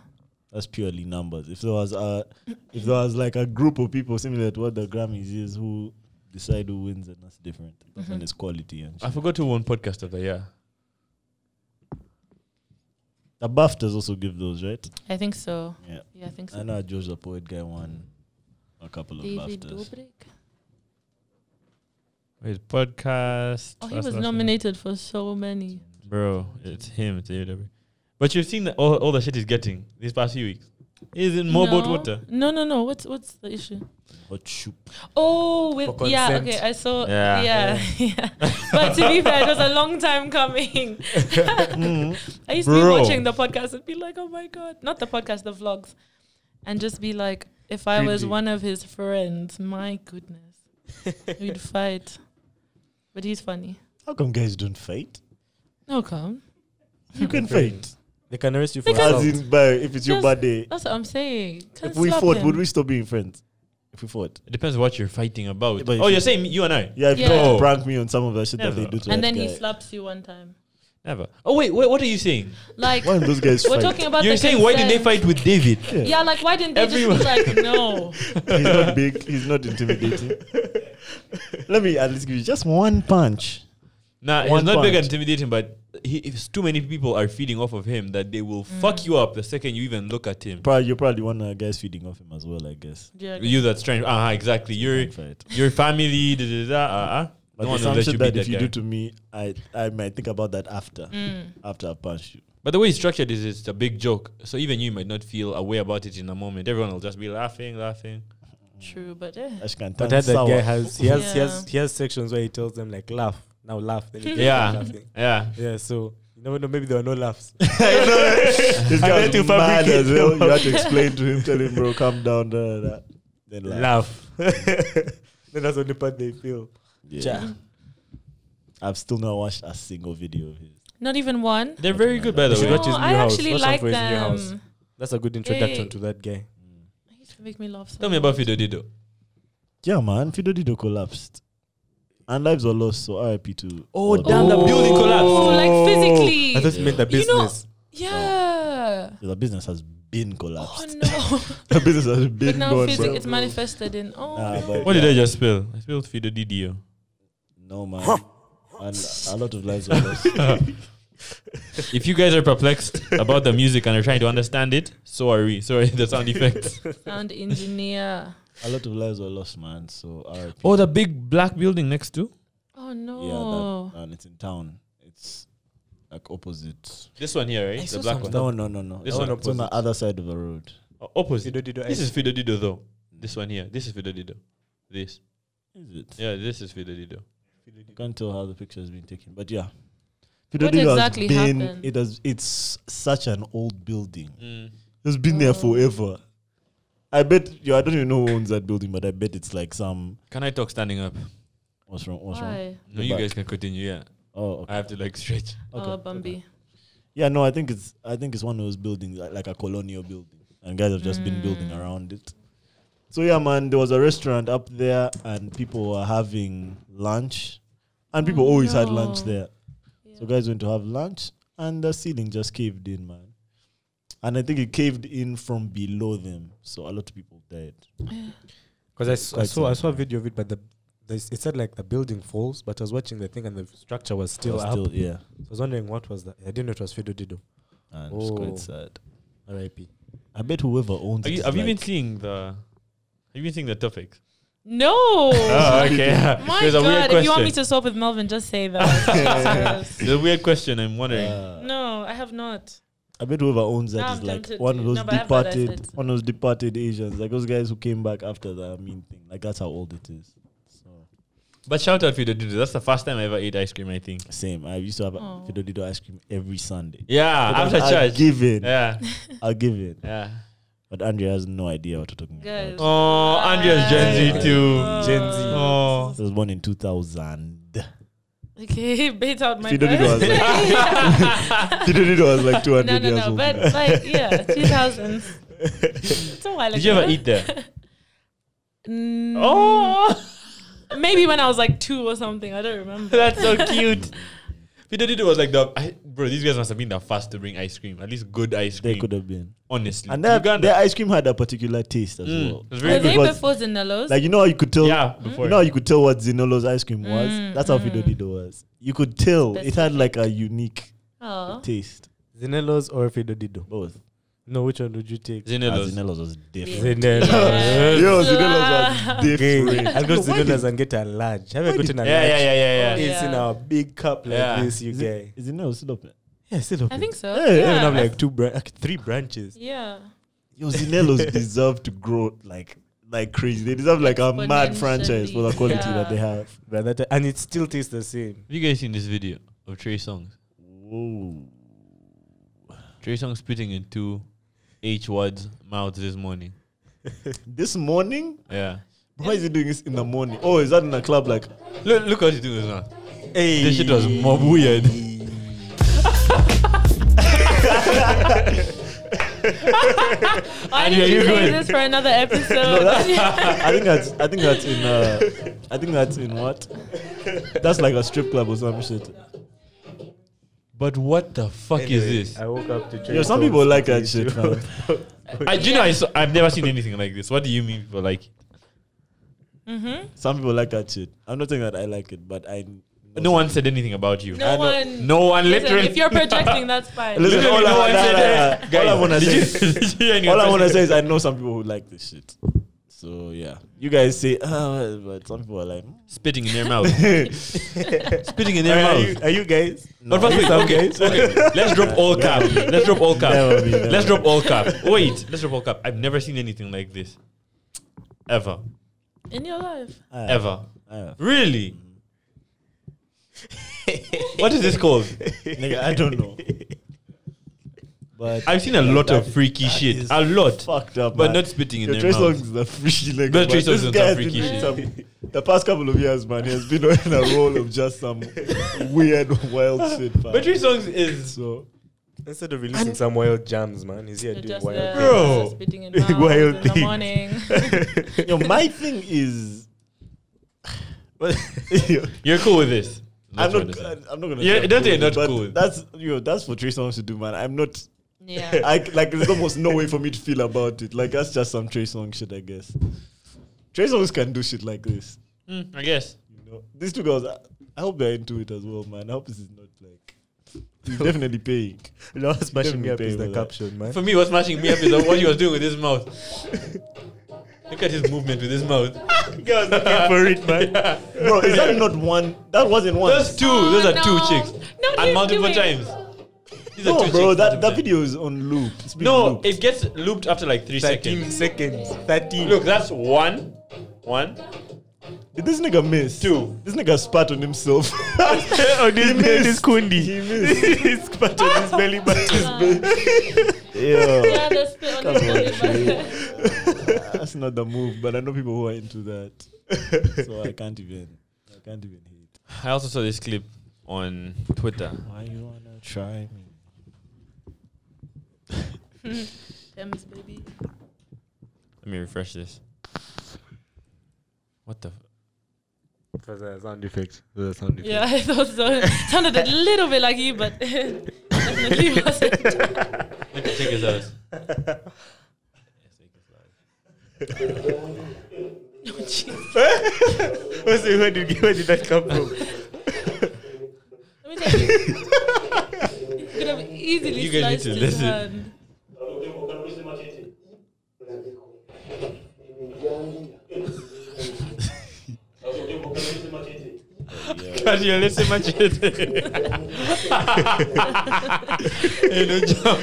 S4: That's purely numbers. If there was a, if there was like a group of people similar to what the Grammys is who decide who wins, and that's different. That's when
S3: Mhm.
S4: it's quality and
S1: I
S4: shit.
S1: forgot who won podcast of the year.
S4: the BAFTAs also give those, right?
S3: I think so.
S4: Yeah.
S3: Yeah, I think so.
S4: I know George the Poet guy won a couple of
S3: David
S4: BAFTAs.
S3: Dobrik.
S1: His podcast.
S3: Oh, he
S1: that's
S3: was
S1: not-
S3: nominated for so many.
S1: Bro, it's him. David Dobrik. But you've seen that all, all the shit he's getting these past few weeks. He's in more boat
S3: No.
S1: water.
S3: No, no, no. What's what's the issue?
S4: Hot shoot.
S3: Oh, with
S2: For
S3: yeah,
S2: consent.
S3: okay. I saw
S1: Yeah.
S3: yeah, yeah. but to be fair, it was a long time coming.
S4: Mm-hmm.
S3: I used to
S1: Bro.
S3: be watching the podcast and be like, oh my god, not the podcast, the vlogs, and just be like, if I was
S4: Cringy.
S3: one of his friends, my goodness, we'd fight. But he's funny.
S4: How come guys don't fight?
S3: No, come.
S4: You can
S2: Very
S4: fight.
S2: They can arrest you for
S3: Because-
S4: As
S2: assault.
S4: in, by if it's your
S3: Just-
S4: birthday.
S3: That's what I'm saying. Can
S4: If we
S3: slap
S4: fought,
S3: him.
S4: would we still be friends? If we fought.
S1: It depends what you're fighting about.
S4: Yeah, but
S1: oh,
S4: if-
S1: you're saying you and I?
S4: Yeah, if you
S3: Yeah.
S4: tried
S1: No.
S4: to prank me on some of the shit that
S1: Never.
S4: they do to
S3: And
S4: that
S3: then
S4: guy.
S3: he slaps you one time.
S1: Never. Oh wait, wait, what are you saying?
S3: Like
S4: Why don't those guys
S3: we're
S4: fight?
S3: talking about.
S1: you're
S3: the
S1: saying why didn't they
S3: consent.
S1: fight with David?
S3: Yeah, like why didn't they
S1: Everyone.
S3: just be like no?
S4: he's not big. He's not intimidating. Let me at least give you just one punch.
S1: Nah, he's
S4: One
S1: not big
S4: point.
S1: and intimidating, but he, it's too many people are feeding off of him that they will
S3: Mm.
S1: fuck you up the second you even look at him.
S4: Probably you're probably one of the guys feeding off him as well. I guess.
S3: Yeah,
S1: You that strange. Uh huh. Exactly. Your
S4: Fight.
S1: your family. Da, da, da, uh, uh. no
S4: But
S1: one
S4: the
S1: will let you
S4: assumption
S1: beat
S4: that
S1: that
S4: if you
S1: guy.
S4: do to me, I I might think about that after
S3: Mm.
S4: after I punch you.
S1: But the way it's structured is it's a big joke. So even you might not feel aware about it in the moment. Everyone will just be laughing, laughing.
S3: true, but eh.
S4: I can
S2: But
S4: turn
S2: that, that
S4: sour.
S2: guy has he has he has
S3: Yeah.
S2: he has sections where he tells them like laugh now laugh then he gets them
S1: Yeah.
S2: laughing.
S1: yeah.
S2: yeah so you never know maybe there were no laughs
S4: this
S2: I
S4: guy
S2: had to
S4: was mad
S2: fabricate
S4: as well. You had to explain to him, tell him, bro, calm down. Da, da, da. Then laugh.
S2: laugh then that's the only part they feel
S4: Yeah. I've still not watched a single video of his.
S3: not even one.
S1: They're very good, by the
S2: You should
S1: way.
S2: watch his
S3: No,
S2: new
S3: I
S2: house.
S3: actually
S2: Watch out
S3: like
S2: for his new
S3: them.
S2: house. that's a good introduction
S3: Hey.
S2: to that guy
S3: He used to make me laugh. So
S1: Tell me
S3: much.
S1: about Fido Dido.
S4: Yeah, man. Fido Dido collapsed. And lives were lost, so RIP to.
S1: Oh,
S3: damn, the
S1: building collapsed.
S3: Oh, like
S2: I
S3: physically.
S2: thought you meant the
S3: You know-
S2: business
S3: Yeah.
S4: The business has been
S3: Oh
S4: collapsed.
S3: no.
S4: the business has
S3: but
S4: been
S3: now
S4: gone.
S3: physi-
S4: bro.
S3: it's manifested in oh.
S4: Nah,
S3: no.
S4: but
S1: What
S4: yeah.
S1: did I just spill? I spilled Fido Didio.
S4: No, man. and a lot of lives were lost.
S1: if you guys are perplexed about the music and are trying to understand it, so are we. So are the sound effects.
S3: Sound engineer.
S4: A lot of lives were lost, man. So RIP.
S1: oh, the big black building next to
S3: Oh
S4: yeah,
S3: no.
S4: that, and it's in town. It's like opposite.
S1: this one here, right?
S2: I
S1: the
S2: saw
S1: black
S2: some
S1: one.
S4: No, no, no, no.
S1: This
S4: That
S1: one
S4: It's on the other side of the road.
S1: O- opposite.
S2: Fido Dido
S1: This
S2: X.
S1: is Fido Dido though. This one here. This is Fido Dido. This.
S4: Is it?
S1: Yeah, this is Fido Dido.
S4: You can't tell how the picture has been taken, but yeah.
S3: What
S4: Fidelio has
S3: exactly
S4: been-
S3: happened?
S4: It has. It's such an old building.
S1: Mm.
S4: It's been there
S3: Oh.
S4: forever. I bet you. I don't even know who owns that building, but I bet it's like some.
S1: Can I talk standing up?
S4: What's wrong? What's wrong?
S3: Why?
S1: No,
S4: The
S1: you
S4: back.
S1: guys can continue. Yeah,
S4: Oh, okay.
S1: I have to like stretch.
S3: Oh, Bambi.
S4: yeah. No, I think it's. I think it's one of those buildings, like, like a colonial building, and guys have just been building
S3: Mm.
S4: around it. So yeah, man. There was a restaurant up there, and people were having lunch, and people
S3: Oh,
S4: always had lunch
S3: no.
S4: there. So
S3: Yeah.
S4: guys went to have lunch, and the ceiling just caved in, man. And I think it caved in from below them, so a lot of people died.
S2: because I, s- I
S4: Quite
S2: saw I
S4: similar.
S2: saw a video of it but the this, it said like the building falls but I was watching the thing and the structure was still
S4: But
S2: up
S4: still, yeah,
S2: so I was wondering what was that I didn't know it was Fido Dido
S4: and it's
S2: Oh.
S4: quite sad.
S2: R.I.P.
S4: I bet whoever owns
S1: Are
S4: it
S1: you,
S4: is
S1: have you been
S4: like-
S1: seeing the? Have you been seeing the topic?
S3: No.
S1: oh, okay.
S3: My
S1: There's a weird
S3: God! If you want me
S1: question.
S3: to swap with Melvin, just say that. Jesus.
S1: There's a weird question. I'm wondering.
S4: Uh,
S3: no, I have not.
S4: I bet whoever owns that
S3: Now
S4: is
S3: I'm
S4: like
S3: tempted
S4: one of
S3: to-
S4: those
S3: no, but I've realized
S4: departed,
S3: it.
S4: one of those departed Asians, like those guys who came back after the mean thing. Like that's how old it is. So
S1: But shout out Fido Dido. That's the first time I ever ate ice cream. I think.
S4: same. I used to have
S3: Oh.
S4: Fido Dido ice cream every Sunday.
S1: Yeah,
S4: Because
S1: after
S4: I'll
S1: church.
S4: give in.
S1: Yeah,
S4: I'll give in.
S1: yeah.
S4: But Andrea has no idea what we're talking
S3: Guys.
S4: about.
S1: Oh, Andrea's Gen Z
S4: Hi.
S1: too.
S2: Gen Z.
S1: Oh.
S4: I was born in 2000.
S3: Okay, bait out my.
S4: If you don't
S3: best.
S4: know, I was like, if you don't know, I was like 200
S3: no, no,
S4: years
S3: no.
S4: old.
S3: But like, yeah, two thousands. It's a while ago.
S1: Did you ever eat there?
S3: Mm,
S1: oh,
S3: maybe when I was like two or something. I don't remember.
S1: that's so cute. Fido Dido was like the I, bro. These guys must have been the first to bring ice cream, at least good ice
S4: they
S1: cream.
S4: could have been.
S1: honestly,
S4: And their,
S1: Uganda.
S4: their ice cream had a particular taste as
S1: Mm,
S4: well.
S1: it's
S3: Were
S1: very
S4: Like,
S1: good.
S3: they
S4: because-
S3: before Zanelo's?
S4: Like, you know how you could tell? Mm.
S1: yeah, before
S4: You know how you could tell what Zinolo's ice cream was?
S3: Mm,
S4: That's how Fido
S3: mm.
S4: Dido was. You could tell. It had
S3: Specific.
S4: like a unique
S3: oh.
S4: taste.
S2: Zinelos or Fido Dido
S4: Both.
S2: No, which one would you take?
S1: Zinelos.
S4: Zinelos was different.
S2: Zinelos.
S3: Yeah.
S4: Yo, Zinelos was
S2: Again,
S4: different.
S2: I'll go to Zinelos and get a large. Have I gotten a large?
S1: Yeah, yeah, yeah, yeah, yeah.
S3: yeah.
S2: It's in a big cup like
S1: Yeah.
S2: this, you get.
S4: Zinelos still open.
S2: Yeah, still open.
S3: I think so.
S4: Hey,
S2: Yeah,
S3: yeah.
S2: even have like two, bran- like three branches.
S3: yeah.
S4: Yo, Zinelos deserve to grow like like crazy. They deserve like a mad
S3: Exponentially,
S4: franchise for the quality that they
S3: yeah.
S4: have.
S2: But that, and it still tastes the same.
S1: Have you guys seen this video of Trey Songs?
S4: Whoa.
S1: Trey Songs spitting into H Ward's mouth this morning.
S4: This morning?
S1: Yeah.
S4: Why is he doing this in the morning? Oh, is that in a club? Like,
S1: Look, look what he's doing now.
S2: Hey.
S1: This shit was mob weird.
S3: I
S1: And here
S3: need to
S1: you
S3: save
S1: go.
S3: this for another episode.
S4: I think that's I think that's in uh, I think that's in what? That's like a strip club or some shit.
S1: But what the fuck is this?
S2: I woke up to drink.
S4: Yo, some
S2: Coke.
S4: people like that shit. fam.
S1: I, do you know, I saw, I've never seen anything like this. What do you mean people like?
S3: mm-hmm.
S4: Some people like that shit. I'm not saying that I like it, but I.
S1: No one said anything about you.
S3: No
S4: know.
S3: one.
S1: No one
S3: Listen,
S1: literally.
S3: If you're projecting, that's fine.
S4: Listen,
S1: literally
S4: all
S1: no
S4: I-
S1: one
S4: nah,
S1: said
S4: nah,
S1: that.
S4: nah. All I wanna
S1: did
S4: say-
S1: you- did you hear any
S4: All I want to
S1: person-
S4: say is I know some people who like this shit. So yeah, you guys say, ah, but some people are like, mm.
S1: spitting in their mouth. spitting in
S2: Are,
S1: their
S2: are
S1: mouth.
S2: you, are you guys?
S1: But first, wait, okay, okay. Let's drop all cap. Let's drop all cap.
S4: Never be, never.
S1: Let's drop all cap. Wait, let's drop all cap. I've never seen anything like this. Ever.
S3: In your life.
S4: ah,
S1: Ever.
S4: ah.
S1: Really? what is this called?
S4: Nigga, I don't know. But
S1: I've seen a lot of freaky shit.
S4: is
S1: A lot.
S4: fucked up,
S1: But
S4: man.
S1: not spitting in
S4: Your
S1: their
S4: Trey
S1: mouth.
S4: Songz is the freaky like,
S1: But Trey
S4: man.
S1: Songz is
S4: This
S1: some
S4: guy has
S1: freaky
S4: been doing
S3: shit.
S4: some- The past couple of years, man, he has been in a role of just some weird, wild shit. man.
S1: But Trey Songs is.
S4: so
S2: Instead of releasing some wild jams, man, he's here
S3: You're
S2: doing
S3: just
S2: wild.
S3: there,
S2: things.
S1: Bro.
S3: just spitting in mouths
S2: Wild
S3: in the
S2: things.
S3: morning.
S4: yo, my thing is, Yo,
S1: You're cool with this.
S4: I'm
S1: That's what
S4: not.
S1: I said.
S4: I'm not gonna.
S1: Yeah,
S4: say I'm
S1: don't say
S4: cool with
S1: not
S4: it, but
S1: cool with it.
S4: That's you know that's for Trey Songz to do, man. I'm not.
S3: yeah.
S4: I like. There's almost no way for me to feel about it. Like that's just some Trey Songz shit, I guess. Trey Songz can do shit like this.
S1: Mm, I guess.
S4: You know, these two girls. I, I hope they're into it as well, man. I hope this is not like. He's definitely paying.
S2: No, what's smashing me
S4: Definitely
S2: up is
S4: paying
S2: the
S4: for that.
S2: caption, man.
S1: For me, what's smashing me up is what he was doing with his mouth. Look at his movement with his mouth.
S4: Girls looking for it, man. Bro, is that not one? That wasn't one.
S1: Those two, those are two
S3: no.
S1: chicks.
S3: No,
S1: and
S3: he's
S1: multiple
S3: doing-
S1: times. These
S4: no,
S1: two
S4: bro.
S1: chicks multiple
S4: That that
S1: times.
S4: video is on loop. It's been
S1: No,
S4: looped.
S1: it gets looped after like three
S2: 13
S1: seconds.
S2: seconds. 13.
S1: Look, that's one. One.
S4: Did this nigga miss?
S1: Two.
S4: This nigga spat on himself.
S2: on this, this
S4: he
S2: kundi.
S4: missed.
S2: He's part of his belly button.
S4: Yeah.
S3: yeah, the spit on
S4: Come
S3: the
S4: on,
S3: morning.
S4: Trey. That's not the move, but I know people who are into that. so I can't even I can't even hate.
S1: I also saw this clip on Twitter.
S4: Why you wanna try me?
S3: Thames, baby.
S1: Let me refresh this. What the? F-
S2: For the sound effect. For the sound effect.
S3: Yeah, I thought so. Sounded a little bit like you, but definitely wasn't.
S1: Let me check this out.
S3: Oh, jeez.
S2: What's the- Where did, where did that come from?
S3: Let me tell you. You could have easily
S1: You guys need
S3: sliced
S1: to
S3: his
S1: listen.
S3: hand.
S1: God, you're listening much. you know, jump.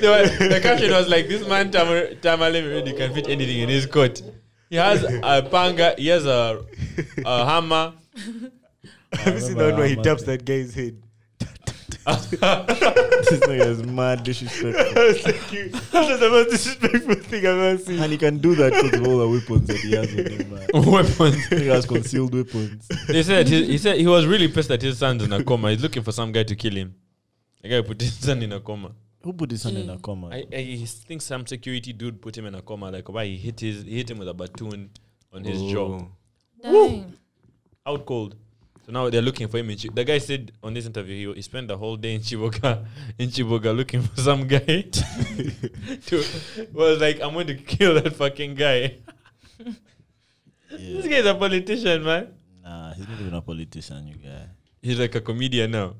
S1: They were- the caption was like, "This man Tamar Tamalem can fit anything in his coat. He has a panga. He has a, a hammer."
S2: Have you seen that one where he taps that guy's head?
S4: This nigga is mad disrespectful.
S2: I was like, you- That's the most disrespectful thing I've ever seen.
S4: And he can do that because of all the weapons that he has on him, man.
S1: Weapons.
S4: He has concealed weapons.
S1: They said he, he said he was really pissed that his son's in a coma. He's looking for some guy to kill him. The guy put his son in a coma.
S4: Who put this one in a coma?
S1: I, I he thinks some security dude put him in a coma. Like why he hit his he hit him with a platoon on his
S2: Oh.
S4: Oh.
S1: jaw,
S3: Dang.
S1: out cold. So now they're looking for him. In Chi- the guy said on this interview he, he spent the whole day in Chiboga in Chiboga looking for some guy. to, was like I'm going to kill that fucking guy. This
S4: Yeah.
S1: guy's a politician, man.
S4: Nah, he's not even a politician, you guy.
S1: He's like a comedian now.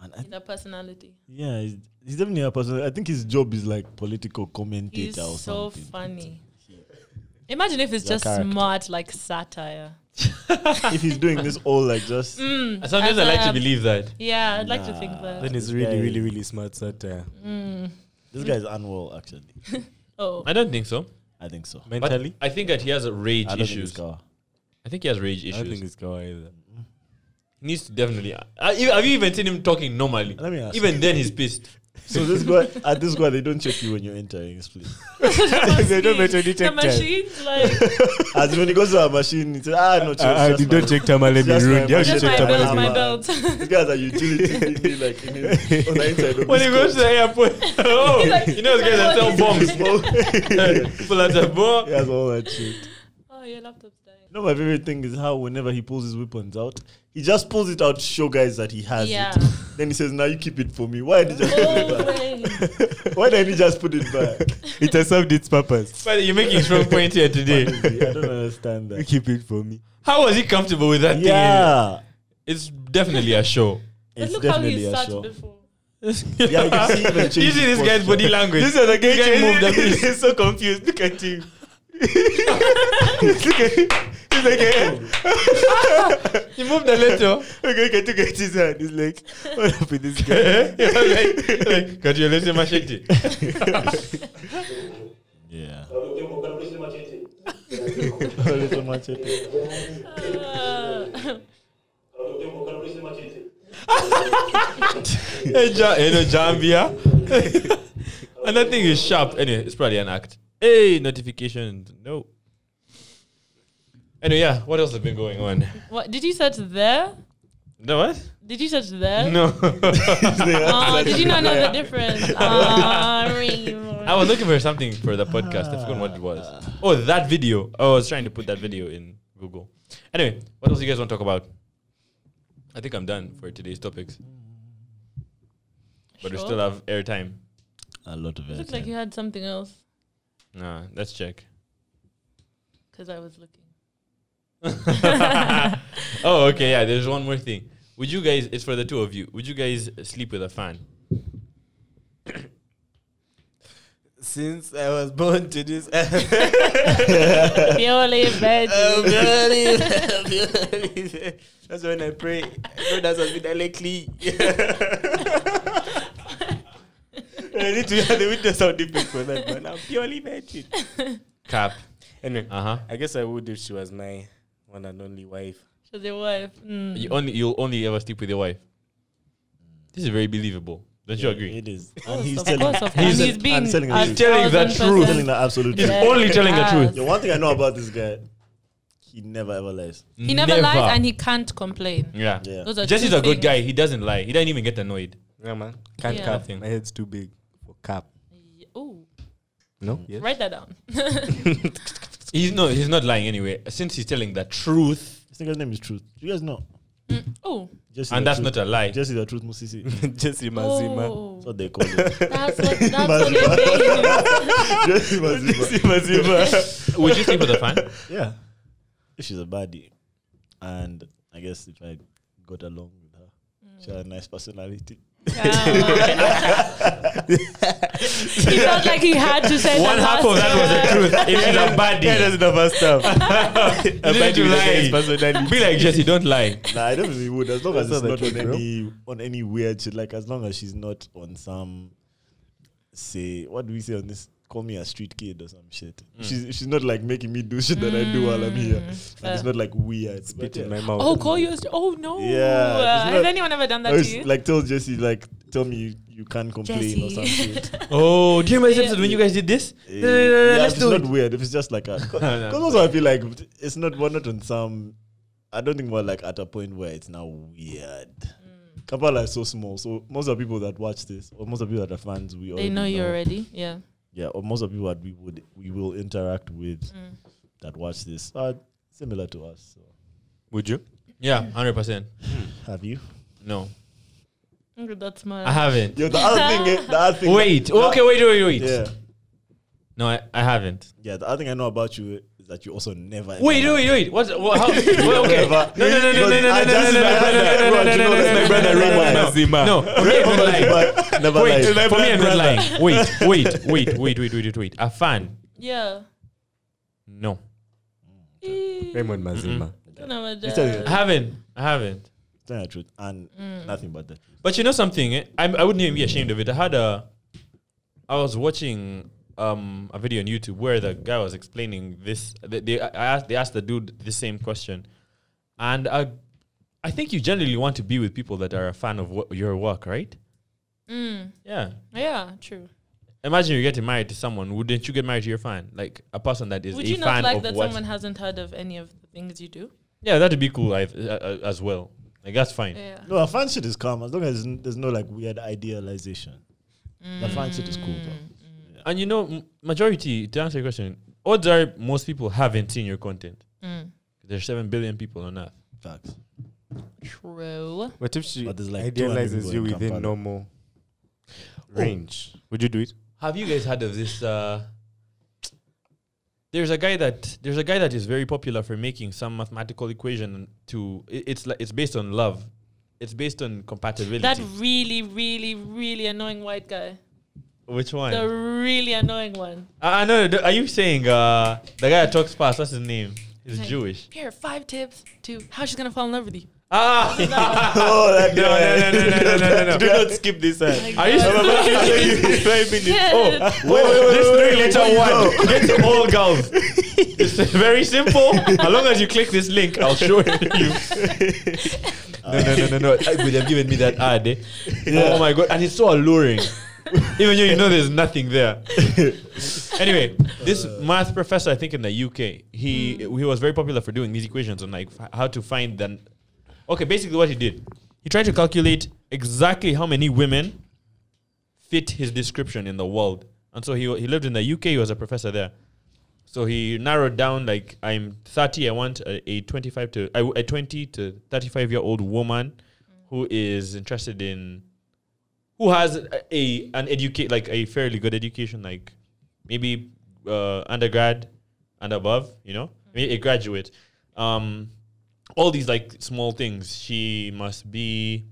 S4: man. I,
S3: The personality.
S4: yeah, he's, he's definitely a person. I think his job is like political commentator
S3: He's
S4: or
S3: so
S4: something.
S3: funny. Imagine if it's
S4: He's a
S3: just
S4: character.
S3: smart, like satire.
S4: if he's doing this all like just
S3: Mm.
S1: Sometimes I like to
S3: um,
S1: believe that.
S3: Yeah, I'd like to think
S4: Nah.
S3: that.
S2: Then it's
S4: This
S2: really,
S4: guy-
S2: really, really smart satire.
S3: Mm-hmm.
S4: this guy's unwell actually.
S3: Oh,
S1: I don't think so.
S4: I think so.
S1: But
S2: Mentally,
S1: I think that he has rage
S4: I don't think
S1: issues.
S4: it's Kawa.
S1: I think he has rage
S2: I don't think
S1: issues.
S2: it's Kawhi either.
S1: He needs to definitely. Uh, you- have you even seen him talking normally?
S4: Let me ask
S1: Even then, he's pissed.
S4: So this guy at this guy they don't check you when you're entering this place.
S2: They don't mention it
S3: the
S2: take time.
S3: machine's like
S4: As when he goes to a machine, he says, ah no, it's
S2: Ah, ah,
S4: just
S2: you don't
S4: my-
S2: check Tamale
S4: it's just
S2: Mirun. Yeah,
S4: my-
S2: you
S4: it's
S3: just
S2: check
S4: just
S3: my
S4: check
S2: Tamale
S3: belt, my
S4: out.
S2: Mirun.
S3: belt.
S4: These guys are utility being like in his, on the inside of
S1: When
S4: his
S1: he goes to
S4: coat.
S1: the airport, oh,
S3: He's like-
S1: you know, those guys that sell bombs. People at the
S4: he
S1: bar.
S4: has all that shit.
S3: oh, your laptop's dying.
S4: You know, my favorite thing is how whenever he pulls his weapons out, he just pulls it out to show guys that he has
S3: Yeah. Oh.
S4: it. Then he says, "Now you keep it for me. Why did you just put it back?
S3: Always.
S4: Why didn't you just put it back?"
S2: It has served its purpose.
S1: But you're making strong point here today.
S4: Honestly, I don't understand that.
S2: Keep it for me.
S1: How was he comfortable with that thing?
S4: Yeah,
S1: It's definitely a show.
S3: But
S4: it's
S3: look how
S4: definitely
S3: he
S4: a
S3: sat
S4: show.
S3: before.
S4: Yeah, you can see even
S1: you
S4: change
S1: see
S4: his
S1: this guy's
S4: posture.
S1: body language.
S2: These are the guys
S1: guy
S2: who
S1: is-
S2: moved up. He's so confused. Look at him. Look at him. He's like, eh,
S1: he moved a little.
S2: okay, okay, look at his hand. He's like, what up with this guy?
S1: He was like, like, "Got your little machete."
S4: Yeah. Little machete.
S3: Uh,
S1: Hey, Ja- you know, Jambia. and that thing is sharp. Anyway, it's probably an act. Hey, notification. No. Anyway, yeah. What else has been going on?
S3: what did you search there?
S1: No what?
S3: Did you search there?
S1: No.
S3: Oh, did you not know the difference? Ah, really?
S1: I was looking for something for the podcast. I forgot what it was. Oh, that video. I was trying to put that video in Google. Anyway, what else you guys want to talk about? I think I'm done for today's topics. But we
S3: Sure.
S1: still have airtime.
S4: A lot of
S3: It looked like you had something else
S1: Nah, let's check.
S3: because I was looking.
S1: oh, okay. Yeah, there's one more thing. Would you guys, it's for the two of you, would you guys sleep with a fan?
S2: Since I was born to this.
S3: Purely veg.
S2: Oh, God. That's when I pray. God has been directly. I need to hear the winter sound effect for that, man. I'm purely virgin.
S1: Cap.
S2: Anyway,
S1: Uh huh.
S2: I guess I would if she was my one and only wife.
S3: She's your wife. Mm.
S1: You only, you'll only ever sleep with your wife. This is very believable. Don't you agree?
S4: It is.
S3: Of
S4: And he's
S3: course,
S4: telling.
S3: of course.
S1: he's-
S3: He's,
S1: I'm
S3: being
S4: telling
S3: a
S4: you.
S1: He's telling the
S3: thousand
S1: truth.
S3: percent-
S4: telling the absolute
S1: He's
S4: truth.
S3: Yes,
S1: only
S3: he
S1: telling the
S3: has.
S1: truth.
S4: The one thing I know about this guy, he never ever lies.
S3: He never, lies and he can't complain.
S1: Yeah.
S4: Yeah.
S3: Those are
S1: Jesse's
S3: two
S1: a good
S3: things.
S1: guy. He doesn't lie. He doesn't even get annoyed.
S2: Yeah, man. Can't
S3: Yeah.
S2: cap.
S1: Nothing.
S2: My head's too big for cap.
S3: Yeah. Ooh,
S1: Mm.
S2: No? Yes.
S3: write that down.
S1: He's no, he's not lying anyway. Since he's telling the truth,
S4: This nigga's name is Truth. You guys know.
S3: oh,
S4: Jesse
S1: and
S4: the
S1: that's
S4: truth.
S1: not a lie.
S4: Jesse the Truth Musisi.
S2: Jesse Mazima.
S4: That's
S3: oh,
S4: what they call it.
S3: that's what that's what it means.
S4: Jesse Mazima.
S2: Mazima.
S1: Would you sleep with a fan?
S4: Yeah. If she's a baddie. And I guess if I got along with her,
S3: Mm.
S4: she had a nice personality.
S3: he felt like he had to say
S1: One
S3: the
S1: half of that
S3: last
S1: was the
S3: word.
S1: truth. If she's a
S2: That
S1: baddie,
S2: is the first time.
S1: you need to lie. Be like Jesse, don't lie.
S4: Nah, I don't really would. As long as
S2: That's
S4: it's
S2: not
S4: not
S2: the truth,
S4: on
S2: bro.
S4: any on any weird shit. Like as long as she's not on some say what do we say on this? Call me a street kid or some shit.
S2: Mm.
S4: She's she's not like making me do shit that I do while I'm here. And it's
S3: fair.
S4: not like weird. But
S2: Spit in
S4: yeah.
S2: my mouth.
S3: Oh, call you. a st- Oh no.
S4: Yeah,
S3: Uh,
S4: Oh, it's
S3: has
S4: not-
S3: anyone ever done that
S4: I
S3: to
S4: was
S3: you?
S4: like tell Jesse like tell me you, you can't complain or
S3: Jesse.
S4: some shit.
S1: Oh, do you remember this
S3: Yeah.
S1: episode when you guys did this? No,
S4: Eh,
S1: no, no, no,
S4: yeah,
S1: let's
S4: if
S1: do
S4: it's
S1: it.
S4: not weird. If it's just like a,
S1: No,
S4: because
S1: no.
S4: also I feel like it's not we're not on some. I don't think we're like at a point where it's now weird.
S3: Mm.
S4: Kampala is so small, so most of the people that watch this, or most of the people that are fans, we
S3: They
S4: already
S3: know you already. Yeah.
S4: Yeah, or most of the people that we would we will interact with
S3: Mm.
S4: that watch this are similar to us. So.
S2: Would you?
S1: Yeah, hundred percent.
S4: Have you?
S1: No,
S3: Mm, That's my.
S1: I haven't. oh,
S4: Yo, the other thing, eh, the other thing.
S1: Wait. Okay. Wait. Wait. Wait.
S4: Yeah.
S1: No, I, I haven't.
S4: Yeah, the other thing I know about you is that you also never.
S1: Wait,
S4: ever-
S1: wait, wait. What? what how, well, okay.
S4: Never.
S1: No, no, no, no, no, no,
S4: I
S1: no, no, no,
S4: just-
S1: no, no, no, no, no, no, no, no,
S4: You know that's my brother,
S1: no, no,
S4: Rama
S1: no, no.
S2: Zima.
S1: No, for me, I'm not lying.
S4: But never
S1: Wait,
S4: lied.
S1: for me, I'm not lying. Wait, wait, wait, wait, wait, wait, wait, wait. A fan?
S3: Yeah.
S1: No,
S2: Raymond Mazima.
S3: No, my
S4: said-
S1: I haven't. I haven't.
S4: Tell the truth and
S1: Mm.
S4: nothing but that.
S1: But you know something? eh? I, I wouldn't even be ashamed of it. I had a, I was watching um a video on YouTube where the guy was explaining this. They, they I asked they asked the dude the same question, and I, I think you generally want to be with people that are a fan of what, your work, right?
S3: Mm.
S1: Yeah.
S3: Yeah, true.
S1: Imagine you're getting married to someone. Wouldn't you get married to your fan, like a person that is
S3: Would
S1: a
S3: you
S1: fan
S3: not like
S1: of
S3: that
S1: what?
S3: someone hasn't heard of any of the things you do?
S1: yeah, that'd be cool I, uh, uh, as well. Like that's fine.
S3: Yeah.
S4: No, a fan shit is calm as long as n- there's no like weird idealization. The fan shit is cool,
S3: Mm,
S4: bro.
S1: And you know, m- majority to answer your question, odds are most people haven't seen your content.
S3: Mm.
S1: There's seven billion people on Earth.
S4: Facts.
S3: True.
S2: But if she
S4: But there's like 200
S2: idealizes
S4: people
S2: you
S4: in
S2: within
S4: Kampala.
S2: normal range, would you do it?
S1: Have you guys heard of this? Uh, there's a guy that there's a guy that is very popular for making some mathematical equation to. i- it's like it's based on love. It's based on compatibility.
S3: That really, really, really annoying white guy.
S1: Which one?
S3: The really annoying one.
S1: I uh, know. Are you saying uh, the guy that talks fast? What's his name? He's
S3: Hey.
S1: Jewish.
S3: Here, five tips to how she's gonna fall in love with you.
S1: Ah.
S4: Oh, that
S1: No, no, no, no, no, no, no, no.
S2: Do not skip this.
S3: Like,
S1: Are you?
S3: uh,
S2: Five minutes.
S3: yes.
S4: Oh, Wait, wait, wait,
S1: This
S4: wait,
S1: three
S4: wait,
S1: letter one
S4: wait, no.
S1: gets all girls. It's very simple. As long as you click this link, I'll show it to you. no, no, no, no, no. I would uh, have given me that ad. eh? Oh my god, and it's so alluring. Even though you know there's nothing there. anyway, this math professor, I think in the UK, he he was very popular for doing these equations on like f- how to find then. Okay, basically what he did, he tried to calculate exactly how many women fit his description in the world. And so he wa- he lived in the UK. He was a professor there. So he narrowed down like I'm 30. I want a, a 25 to I w- a 20 to 35 year old woman who is interested in who has a, a- an educate like a fairly good education, like maybe uh, undergrad and above. You know, maybe a graduate. Um, all these like small things. She must be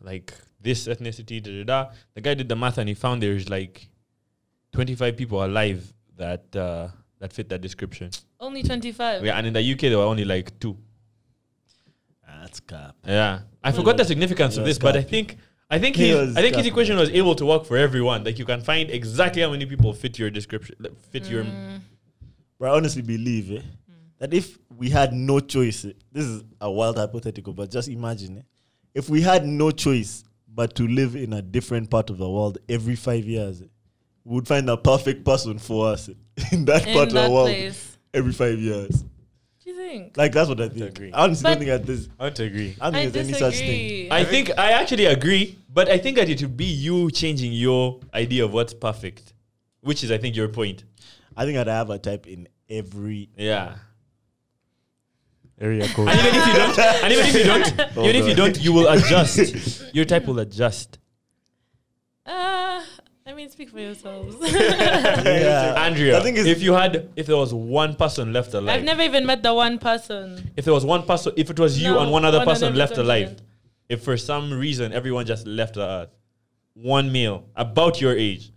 S1: like this ethnicity, da da da. The guy did the math and he found there's like 25 people alive that uh, that fit that description.
S3: Only twenty five.
S1: Yeah, and in the UK there were only like two.
S4: That's cap.
S1: Yeah, I forgot the significance
S4: he
S1: of this,
S4: was
S1: but I
S4: capping.
S1: think I think
S4: He
S1: his,
S4: was
S1: I think his
S4: capping.
S1: equation was able to work for everyone. Like you can find exactly how many people fit your description, like, fit your.
S4: But I honestly believe eh,
S1: Mm.
S4: that if we had no choice, eh, this is a wild hypothetical, but just imagine eh, if we had no choice but to live in a different part of the world every five years, eh, we would find a perfect person for us eh, in that
S3: In
S4: part of
S3: that
S4: the world
S3: place.
S4: every five years.
S3: Do you think?
S4: Like that's what I think.
S1: agree.
S4: I honestly
S3: But-
S4: don't think that there's,
S1: I don't agree.
S4: I don't
S3: I
S4: think there's any such thing.
S3: disagree.
S1: I think I actually agree, but I think that it would be you changing your idea of what's perfect, which is I think your point.
S4: I think I'd have a type in every.
S1: Yeah.
S2: Area code.
S1: And even if you don't, and even if you don't, even if you don't, you will adjust. Your type will adjust.
S3: Uh, I mean, speak for yourselves.
S4: yeah.
S1: Andrea,
S4: The thing is-
S1: if you had, if there was one person left alive,
S3: I've never even met the one person.
S1: if there was one person, if it was you
S3: No,
S1: and one other
S3: one
S1: person
S3: another
S1: left
S3: person.
S1: alive, if for some reason everyone just left the earth, one male about your age,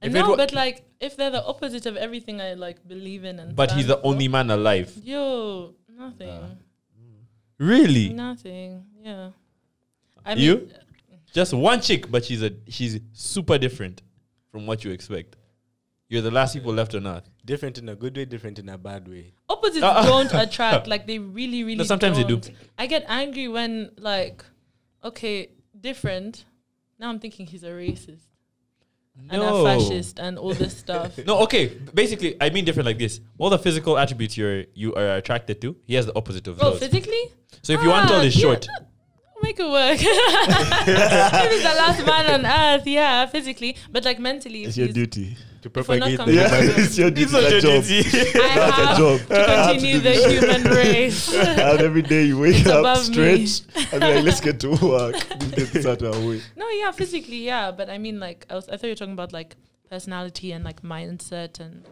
S1: If it
S3: no,
S1: wa-
S3: but like, if they're the opposite of everything I like believe in and.
S1: but he's Uh. the
S3: stand
S1: only man alive.
S3: for- Yo, nothing,
S1: Really?
S3: nothing. Yeah. I mean,
S1: You? Just one chick, but she's a she's super different from what you expect. You're the last people left on earth.
S2: different in a good way, different in a bad way.
S3: opposites
S1: Uh,
S3: don't attract like they really really
S1: sometimes they do.
S3: don't. i get angry when like okay different now i'm thinking he's a racist and a fascist and all this stuff
S1: No, okay. Basically, I mean different like this. All the physical attributes you're you are attracted to, he has the opposite of
S3: bro
S1: those.
S3: Oh, physically
S1: So if you want
S3: Ah,
S1: tall is
S3: yeah.
S1: short,
S3: make it work if he's the last man on earth yeah physically but like mentally
S4: It's your
S3: he's-
S4: duty.
S2: To
S3: we're not
S2: propagate the
S3: coming-
S4: Yeah,
S2: human-
S4: it's your duty. that job.
S3: I have
S4: job.
S3: to continue the human race
S4: and every day you wake
S3: It's
S4: up,
S3: above me.
S4: stretch, and be like, let's get to work. We get this out of our way.
S3: No, yeah, physically, yeah. But I mean, like, I, was, I thought you were talking about like personality and like mindset and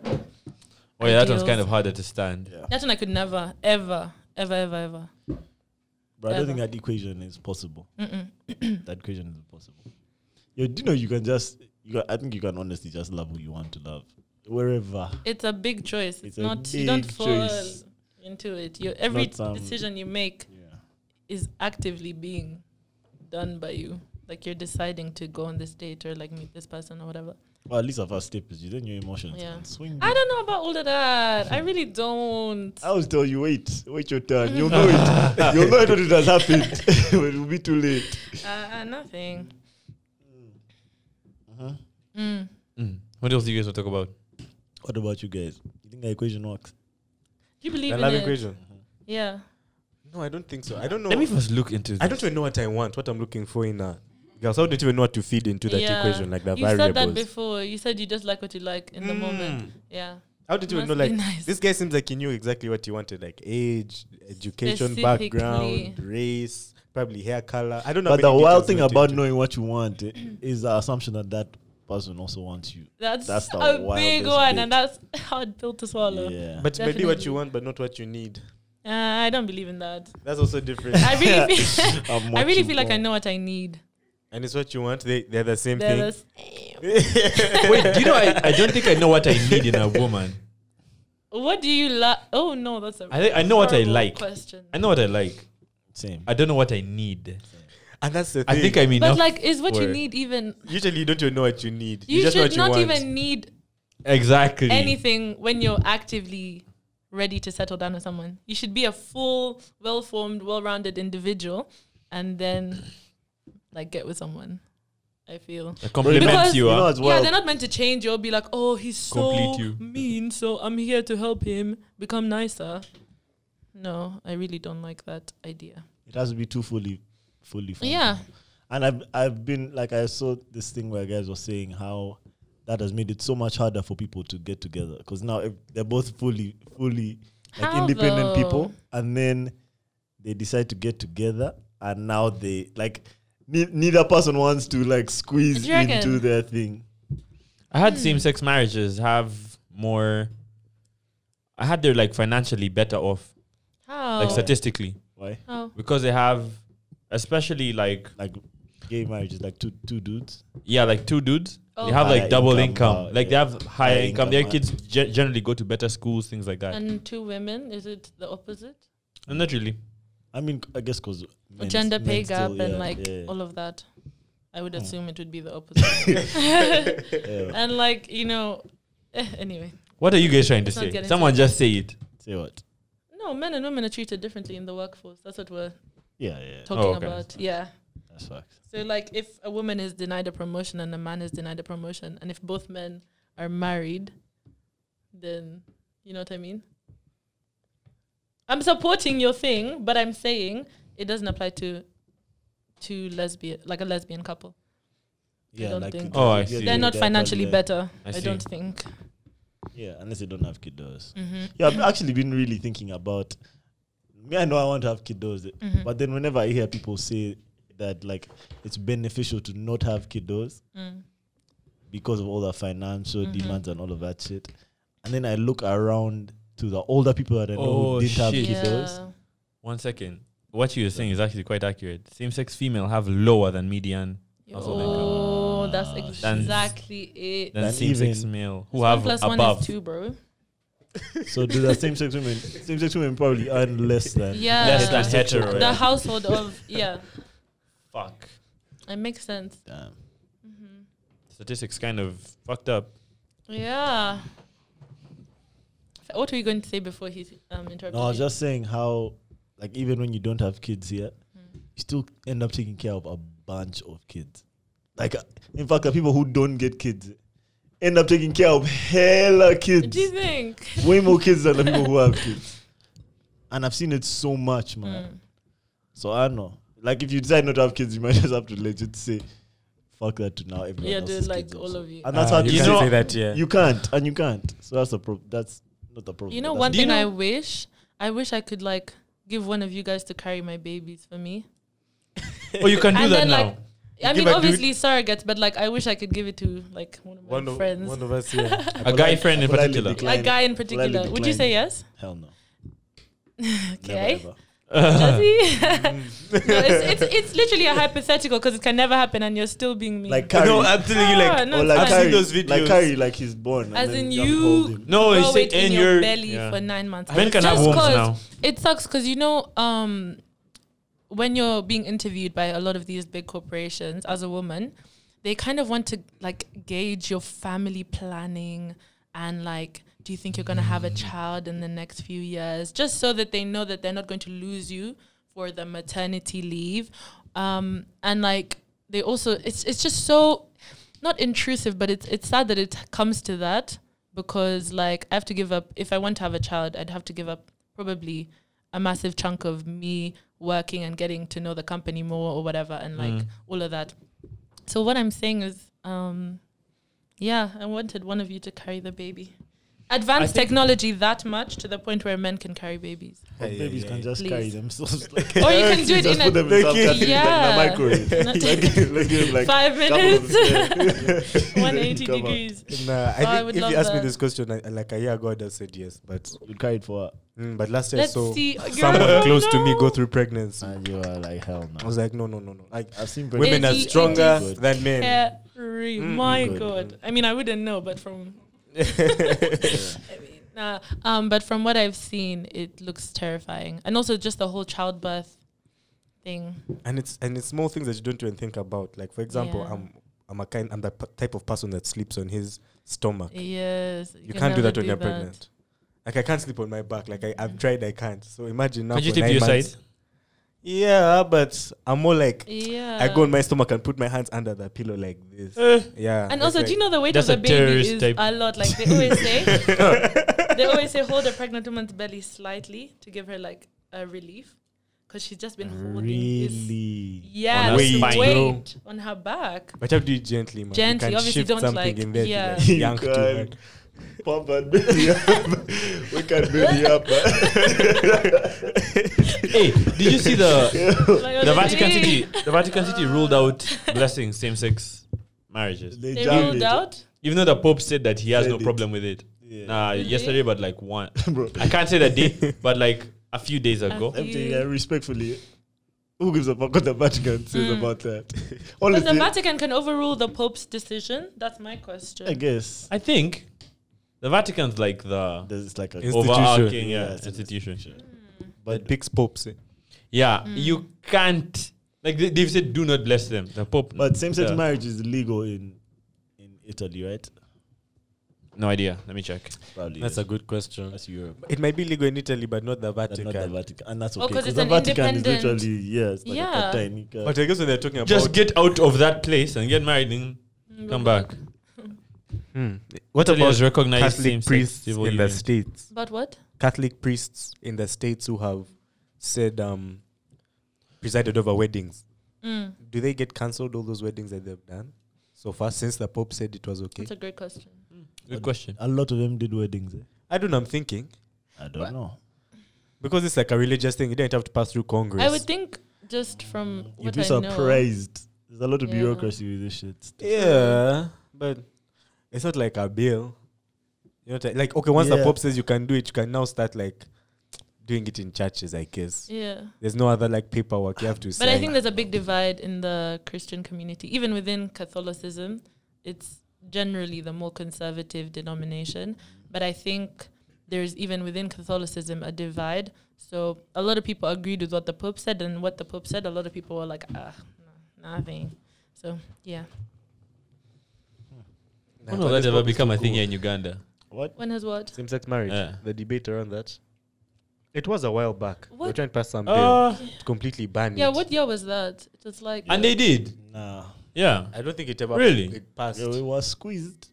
S1: Oh yeah, that one's
S3: Ideals.
S1: kind of harder to stand.
S4: Yeah.
S3: that one I could never, ever, ever, ever, ever.
S4: But I
S3: Ever.
S4: don't think that equation is possible.
S3: Mm-mm. Hmm.
S4: That equation is impossible. You do you know you can just. You can, I think you can honestly just love who you want to love, wherever.
S3: It's a big choice. It's,
S4: It's a
S3: not you don't
S4: big
S3: fall
S4: choice.
S3: into it. You every
S4: Not, um,
S3: decision you make
S4: Yeah.
S3: is actively being done by you. Like you're deciding to go on this date or like meet this person or whatever.
S4: Well, at least our first step is you. Then your emotions
S3: Yeah.
S4: can swing.
S3: I don't know about all of that. I really don't.
S4: I always tell you, wait, wait your turn. You'll know it. You'll know it when it has happened. it will be too late.
S3: Uh, uh, nothing.
S4: Uh-huh.
S3: Mm.
S1: Mm. What else do you guys want to talk about?
S4: What about you guys? You think the equation works?
S3: Do you believe
S2: The
S3: in
S2: love
S3: it?
S2: equation.
S3: Yeah.
S2: No, I don't think so. I don't know.
S1: Let me first look into.
S2: I don't even know what I want. What I'm looking for in a girls. I don't even know what to feed into that
S3: Yeah.
S2: equation, like the
S3: you
S2: variables.
S3: said that before. You said you just like what you like in the
S1: Hmm.
S3: moment.
S2: Mm.
S3: Yeah.
S2: How did you
S3: Must
S2: know?
S3: be
S2: Like
S3: nice.
S2: this guy seems like he knew exactly what he wanted, like age, education, background,
S3: Specifically.
S2: race, probably hair color. I don't know.
S4: But the
S2: many
S4: wild
S2: details
S4: thing
S2: went
S4: about
S2: into it.
S4: knowing what you want i- is the assumption that that person also wants you.
S3: That's,
S4: That's the
S3: a big
S4: wildest
S3: one,
S4: bit.
S3: and that's hard pill to swallow.
S4: Yeah.
S2: but maybe what
S3: Definitely.
S2: you want, but not what you need.
S3: Uh, I don't believe in that.
S2: That's also different.
S3: I really feel,
S4: I'm
S3: I really
S4: watching
S3: feel like I
S4: porn.
S3: know what I need.
S2: and it's what you want. They they're the same
S3: They're the
S2: thing.
S3: same.
S1: Wait, do you know? I, I don't think I know what I need in a woman.
S3: What do you like? Oh no, that's a
S1: I think I know what I
S3: horrible
S1: like.
S3: question.
S1: I know what I like.
S4: Same.
S1: I don't know what I need.
S2: And that's the thing.
S1: I think I'm
S3: But
S1: enough.
S3: like, is what you
S1: for-
S3: need even?
S2: usually you don't even know what you need.
S3: You,
S2: just know
S3: should
S2: what you
S3: not
S2: want.
S3: even need
S1: exactly.
S3: anything when you're actively ready to settle down with someone. You should be a full, well-formed, well-rounded individual, and then like get with someone. I feel.
S1: I compliment
S3: Because-
S1: you.
S4: You know
S1: Huh?
S4: as well.
S3: Yeah, they're not meant to change you or be like, oh, he's so
S1: Complete you.
S3: mean, so I'm here to help him become nicer. No, I really don't like that idea.
S4: it has to be too fully, fully. formed.
S3: Yeah.
S4: And I've I've been like I saw this thing where guys were saying how that has made it so much harder for people to get together because now if they're both fully fully like
S3: How
S4: independent people
S3: though?
S4: and then they decide to get together and now they like ne- neither person wants to like squeeze
S3: you reckon?
S4: into their thing.
S1: I had same-sex marriages have more. I had they're like financially better off,
S3: How?
S1: like statistically,
S4: Why?
S3: How?
S1: because they have, especially like
S4: Like gay marriage is like two two dudes.
S1: Yeah, like two dudes.
S3: Oh.
S1: They have like
S4: Higher
S1: double
S4: income,
S1: income.
S4: uh,
S1: like they
S4: yeah.
S1: have higher
S4: Higher
S1: income.
S4: income,
S1: Their
S4: higher-
S1: kids ge- generally go to better schools, things like that.
S3: And two women, is it the opposite?
S1: No, not really.
S4: I mean, I guess because
S3: Gender pay gap and like all of that. I would
S4: Hmm.
S3: assume it would be the opposite. and like, you know, eh, anyway.
S1: What are you guys trying to
S3: Let's not get
S1: say?
S3: into
S1: Someone
S3: it.
S1: just say it.
S4: Say what?
S3: No, men and women are treated differently in the workforce. That's what we're
S4: Yeah, yeah,
S3: talking
S1: Oh, okay.
S3: about. Yeah.
S4: that's facts.
S3: So, like, if a woman is denied a promotion and a man is denied a promotion, and if both men are married, then you know what I mean? I'm supporting your thing, but I'm saying it doesn't apply to to lesbian, like a lesbian couple. I
S4: Yeah,
S3: don't
S4: like
S3: think-
S1: Oh, I
S4: yeah,
S1: see.
S4: yeah,
S3: They're not
S4: yeah,
S3: financially
S4: yeah.
S3: better, I,
S1: I see.
S3: don't think.
S4: Yeah, unless they don't have kiddos.
S3: Mm-hmm.
S4: Yeah, I've actually been really thinking about. Me, I know I want to have kiddos,
S3: Mm-hmm.
S4: but then whenever I hear people say that like it's beneficial to not have kiddos
S3: Mm.
S4: because of all the financial
S3: Mm-hmm.
S4: demands and all of that shit, and then I look around to the older people that I know
S1: Oh,
S4: who didn't have
S1: shit.
S4: kiddos.
S3: Yeah.
S1: One second. What you're saying is actually quite accurate. Same-sex female have lower than median Household income.
S3: Oh, that's
S1: Than-
S3: exactly it.
S1: than
S4: Than
S1: same-sex
S4: even-
S1: male Ah, who
S3: One
S1: have
S3: plus one is
S1: above.
S3: two, bro.
S4: So do the same sex women, same sex women probably earn less than
S3: Yeah.
S1: Less than hetero.
S3: The household of, yeah,
S1: Fuck.
S3: it makes sense.
S4: Damn.
S1: Mm-hmm. Statistics kind of fucked up.
S3: Yeah. F- What were you going to say before he um, interrupted?
S4: No, I was
S3: you?
S4: just saying how, like, even when you don't have kids here, you still end up taking care of a bunch of kids. Like, uh, in fact, the people who don't get kids end up taking care of hella kids.
S3: Do you think?
S4: Way more kids than the people who have kids. And I've seen it so much, man.
S3: Mm. Hmm.
S4: So I don't know. Like, if you decide not to have kids, you might just have to legit say, fuck that to now everyone
S3: Yeah,
S4: else's
S3: dude, like
S4: kids
S3: all
S4: also.
S3: of you.
S4: And that's
S2: Ah,
S4: how
S2: you
S1: you
S4: can
S2: can't
S1: know-
S2: say that. Yeah.
S4: You can't, and you can't. So that's the problem. That's not the problem.
S3: You know,
S4: That's
S3: one
S1: Do you
S3: thing I
S1: know-
S3: wish, I wish I could like give one of you guys to carry my babies for me.
S1: Oh, you can do
S3: And
S1: that
S3: then,
S1: now.
S3: like, I
S1: give
S3: mean,
S1: a dude-
S3: obviously surrogates, but like I wish I could give it to like one of my
S2: One of,
S3: friends,
S2: one of us here.
S1: A guy friend in
S4: politely
S1: particular.
S4: decline.
S3: a guy in
S4: Politely
S3: particular. Would you
S4: declined.
S3: say yes?
S4: Hell no.
S3: Okay.
S4: Never, ever.
S3: Does he? no, it's, it's it's literally a hypothetical because it can never happen, and you're still being mean.
S4: Like Carrie.
S1: No, I'm telling you,
S3: Ah,
S1: like,
S3: no,
S4: or
S3: it's
S4: like
S3: fine.
S1: I've
S4: Carrie,
S1: seen those videos.
S4: Like Carrie, like he's born. and
S3: As
S4: then
S3: in
S4: jump
S3: you-
S4: hold him.
S1: no,
S3: Grow
S1: it's
S3: it in
S1: in
S3: your,
S1: your
S3: belly
S1: yeah.
S3: for nine months.
S1: Men can have
S3: Just
S1: wombs
S3: 'cause
S1: now.
S3: It sucks because you know, um, when you're being interviewed by a lot of these big corporations as a woman, they kind of want to like gauge your family planning and like, do you think you're gonna have a child in the next few years? Just so that they know that they're not going to lose you for the maternity leave, um, and like they also, it's it's just so not intrusive, but it's it's sad that it comes to that because like I have to give up if I want to have a child, I'd have to give up probably a massive chunk of me working and getting to know the company more or whatever and like all of that. So what I'm saying is, um, yeah, I wanted one of you to carry the baby. Advanced
S1: think-
S3: technology that much to the point where men can carry babies.
S4: Or
S2: Yeah, yeah,
S4: babies
S2: yeah,
S4: can
S2: yeah.
S4: just
S3: Please.
S4: carry themselves. Like,
S3: Or you can do it in
S4: just put
S3: a
S4: them in
S1: Like,
S4: self-catering,
S3: yeah.
S4: like the microwave.
S3: Not-
S4: like, like, you- like,
S3: five
S4: double of
S3: minutes,
S4: it, yeah.
S3: 180
S4: Come on.
S3: degrees.
S2: Nah, uh, I
S3: Oh, I
S2: think
S3: would
S2: if
S3: love
S2: you asked me
S3: that.
S2: this question I, like a year ago, I'd have said yes. But
S4: You carried for what?
S2: mm, but last year,
S3: Let's
S2: so
S3: see. Girl,
S2: someone close to me
S3: no.
S2: go through pregnancy.
S4: And you are like, hell
S2: I
S4: no.
S2: was like, no, no, no, no. Like
S4: I've seen
S2: women are
S3: Eighty-
S2: stronger
S4: eighty-
S2: than men.
S3: Carry, my
S4: Mm. good.
S3: god. I mean, I wouldn't know, but from Nah, um, but from what I've seen, it looks terrifying, and also just the whole childbirth thing.
S2: and it's and it's small things that you don't even think about. Like for example,
S3: Yeah.
S2: I'm I'm a kind I'm the p- type of person that sleeps on his stomach.
S3: Yes,
S2: You can't do
S3: never
S2: that when you're
S3: that.
S2: pregnant. Like I can't sleep on my back. Like I, I've tried, I can't. So imagine now.
S1: Could you
S2: for
S1: tip
S2: nine
S1: your
S2: months.
S1: side?
S2: Yeah, but I'm more like
S3: Yeah, Uh,
S2: I go on my stomach and put my hands under the pillow like this.
S1: Eh,
S2: yeah.
S3: And
S2: it's
S3: also,
S2: like,
S3: do you know the weight
S1: That's a
S3: of the baby
S1: terrorist
S3: is
S1: type.
S3: a lot? Like they always say, they always say hold a pregnant woman's belly slightly to give her like a relief, because she's just been holding this.
S4: Really?
S3: Yeah,
S1: On her
S3: this
S1: spine.
S3: weight on her back.
S2: But you have to do it gently, man.
S3: Gently,
S2: you can
S3: obviously
S2: shift
S3: don't,
S2: something
S3: like,
S2: in there. to,
S3: yeah.
S2: like,
S4: You
S2: yank too
S4: can't.
S2: hard.
S4: Pump and baby up. We can baby up.
S1: Hey, did you see the
S3: Like,
S1: the
S3: honestly,
S1: Vatican City? The Vatican City ruled out blessing same-sex marriages,
S3: They ruled out.
S1: even though the Pope said that he has
S4: Said
S1: no
S4: it.
S1: problem with it.
S4: Yeah.
S1: Nah,
S3: Really?
S1: yesterday, but like one.
S4: Bro.
S1: I can't say that day, but like a few days ago.
S3: few-
S4: I'm telling you, I respectfully, who gives a fuck what the Vatican says
S3: Mm.
S4: about that?
S3: But the
S4: Honestly,
S3: Vatican can overrule the Pope's decision. That's my question.
S4: I guess
S1: I think the Vatican's like the
S4: there's like a
S2: It's-
S1: overarching
S4: Yeah,
S1: yeah,
S4: it's an
S1: institution.
S2: It
S4: but
S2: picks popes. eh.
S1: Yeah, you can't. Like they, they've said, do not bless them. The Pope.
S4: but same-sex
S1: Yeah.
S4: marriage is legal in in Italy, right?
S1: No idea. Let me check.
S4: Probably
S2: That's a
S4: yes.
S2: good question.
S4: that's Europe.
S2: It might be legal in Italy, but not the
S4: That's
S2: Vatican.
S4: not the Vatican, and that's
S3: Oh,
S4: okay
S3: 'cause it's
S4: the
S3: an
S4: Vatican is
S3: independent-
S4: literally yeah, it's like
S3: Yeah.
S4: a Titanica.
S2: but I guess when they're talking about
S1: Just get out of that place and get married and
S3: Mm,
S1: come
S3: but-
S1: back.
S2: Hmm. what
S1: Italy
S2: about
S1: has recognized
S2: Catholic
S1: same-sex
S2: priests
S1: civil
S2: in the
S1: unions.
S2: states?
S3: But what?
S2: Catholic priests in the states who have said um, presided over weddings.
S3: Mm,
S2: Do they get cancelled all those weddings that they've done so far since the Pope said it was okay?
S3: That's a great question.
S1: Good question.
S4: a lot of them did weddings. Eh?
S2: I don't know. I'm thinking
S4: I don't know.
S2: because it's like a religious thing. You don't have to pass through Congress.
S3: I would think just from
S4: You'd
S3: what
S4: be
S3: I
S4: surprised. There's a lot of
S3: Yeah.
S4: bureaucracy with this shit.
S2: Yeah, but it's not like a bill. You know, what I- like okay, once the
S4: Yeah.
S2: Pope says you can do it, you can now start like doing it in churches. I guess
S3: know. Yeah.
S2: there's no other like paperwork you have to.
S3: But I think there's a big divide in the Christian community. Even within Catholicism, it's generally the more conservative denomination. But I think there's even within Catholicism a divide. So a lot of people agreed with what the Pope said, and what the Pope said, a lot of people were like, ah, nah, nothing. So yeah.
S1: I don't know that ever become a thing here in Uganda.
S4: What?
S3: When has what?
S2: Same-sex marriage.
S1: Yeah.
S2: The debate around that. It was a while back. They were
S3: What?
S2: trying to pass some bill
S1: Uh,
S2: to completely ban
S3: Yeah,
S2: it.
S3: what year was that? It was like
S1: And they did.
S4: Nah.
S1: Yeah.
S2: I don't think it ever
S1: Really?
S2: it passed.
S4: Yo, it was squeezed.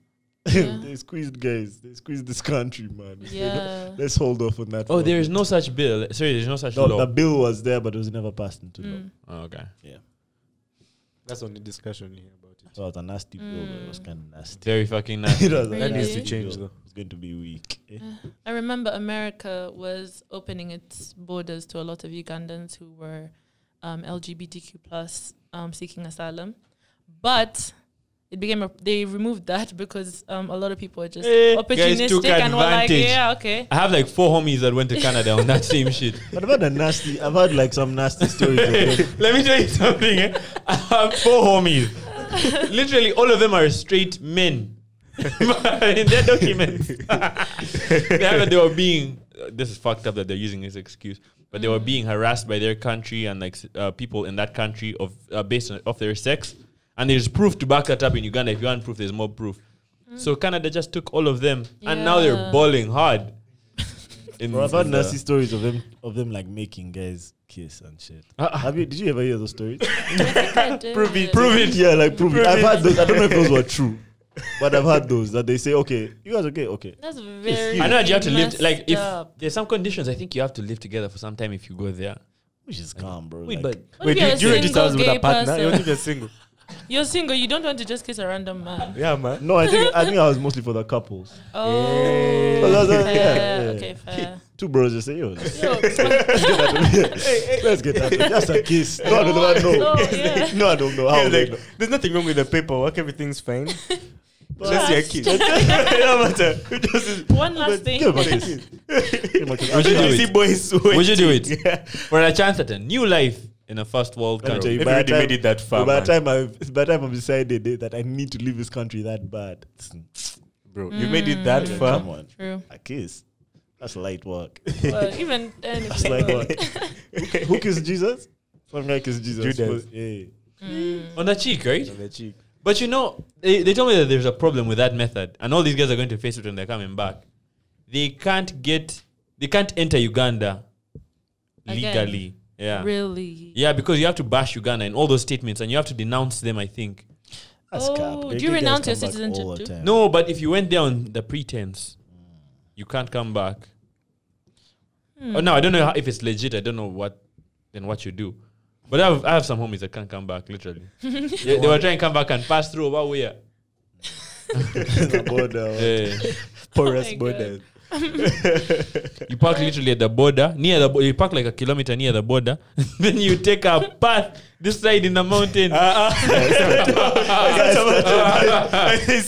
S3: Yeah.
S4: they squeezed guys. They squeezed this country, man. They don't-
S3: yeah.
S4: Let's hold off on that.
S1: Oh,
S4: one.
S1: there is no such bill. Sorry, there's no such
S4: No,
S1: law.
S4: the bill was there, but it was never passed into law.
S3: Mm.
S1: Oh, okay.
S2: That's only discussion here about it.
S4: So it was a nasty bill, but it was
S3: Mm.
S4: kind of nasty.
S1: Very fucking nice.
S4: It was a
S3: That needs to
S4: nasty
S2: change,
S4: bill.
S2: though.
S4: It's going to be weak. Eh?
S3: I remember America was opening its borders to a lot of Ugandans who were um, LGBTQ plus um, seeking asylum, But it became a, they removed that because um, a lot of people are just
S1: Eh, guys took
S3: opportunistic and were like,
S1: advantage.
S3: yeah, okay.
S1: I have like four homies that went to Canada on that same shit.
S4: But I've had a nasty, I've had like some nasty stories. okay?
S1: Let me tell you something. eh. I have four homies. Literally, all of them are straight men. in their documents, they, have that they were being. This is fucked up that they're using this excuse, but they were being harassed by their country and like s- uh, people in that country of uh, based on of their sex, and there's proof to back that up in Uganda. If you want proof, there's more proof. So Canada just took all of them, and now they're
S3: Yeah.
S1: balling hard. In
S4: Bro, I've had
S1: in the-
S4: nasty stories of them, of them like making guys kiss and shit.
S1: Ah, ah.
S4: Have you? Did you ever hear those stories?
S3: Prove
S1: Prove it.
S4: Yeah, like prove it.
S1: Prove
S4: I've
S1: it.
S4: had those. I don't know if those were true, but I've had those that they say, okay, you guys okay, okay.
S3: That's very.
S4: you.
S1: I know that you have to live
S3: messed
S1: like if
S3: up.
S1: there's some conditions. I think you have to live together for some time if you go there.
S4: Which is calm, bro.
S1: Wait,
S4: like,
S1: but
S3: What if you're a single gay person?
S2: You're even single.
S3: You're single. You don't want to just kiss a random man.
S2: Yeah, man.
S4: no, I think I think I was mostly for the couples.
S3: Oh,
S4: Yeah.
S3: fair.
S4: Yeah, yeah.
S3: Okay, fair.
S4: Two bros just say, yo, let's
S3: Yo, but-
S4: get out of here. Let's get out of here. Just a kiss. No, I don't know. I don't know.
S3: No, yeah.
S4: No, I don't know. How
S2: Yeah,
S4: would I
S2: like,
S4: know?
S2: there's nothing wrong with the paperwork. Everything's fine.
S3: Trust.
S2: Just your kid. It doesn't matter. Just-
S3: One last thing.
S4: Give him a kiss. Give him a kiss.
S1: Would you
S4: Actually,
S1: do
S2: You
S1: it?
S2: see boys waiting.
S1: Would you do it
S2: Yeah.
S1: for a chance at a new life in a first world
S4: Let me tell
S1: country?
S4: you,
S2: If
S4: by
S2: you already
S4: the time-
S2: made it that far,
S4: by the
S2: man.
S4: time I've by the time I've decided that- that I need to leave this country that bad,
S2: Bro, you made it that far.
S4: come on,
S3: True.
S4: a kiss. That's light work.
S3: Well, even then, if
S4: That's
S3: you
S4: light
S3: go-
S4: work. Who- Who kissed Jesus? Some guy kissed Jesus.
S2: Judas.
S4: but, hey.
S1: On the cheek, right? But you know, they, they told me that there's a problem with that method, and all these guys are going to face it when they're coming back. They can't get, they can't enter Uganda
S3: Again.
S1: legally. Yeah,
S3: really.
S1: yeah, because you have to bash Uganda in all those statements, and you have to denounce them. I think.
S4: That's
S3: Oh,
S4: cap. They
S3: do you
S4: think guys
S3: renounce
S4: come
S3: your
S4: back
S3: citizenship
S4: all the
S3: too?
S4: time.
S1: No, but if you went there on the pretense, you can't come back. Oh no, I don't know how, if it's legit. I don't know what then what you do. But I have, I have some homies that can't come back. Literally, yeah, they were trying to come back and pass through over where.
S4: The border,
S1: Eh,
S4: porous
S3: my God.
S4: border.
S1: you park literally at the border near the. bo- You park like a kilometer near the border. then you take a path this side in the mountain.
S2: it's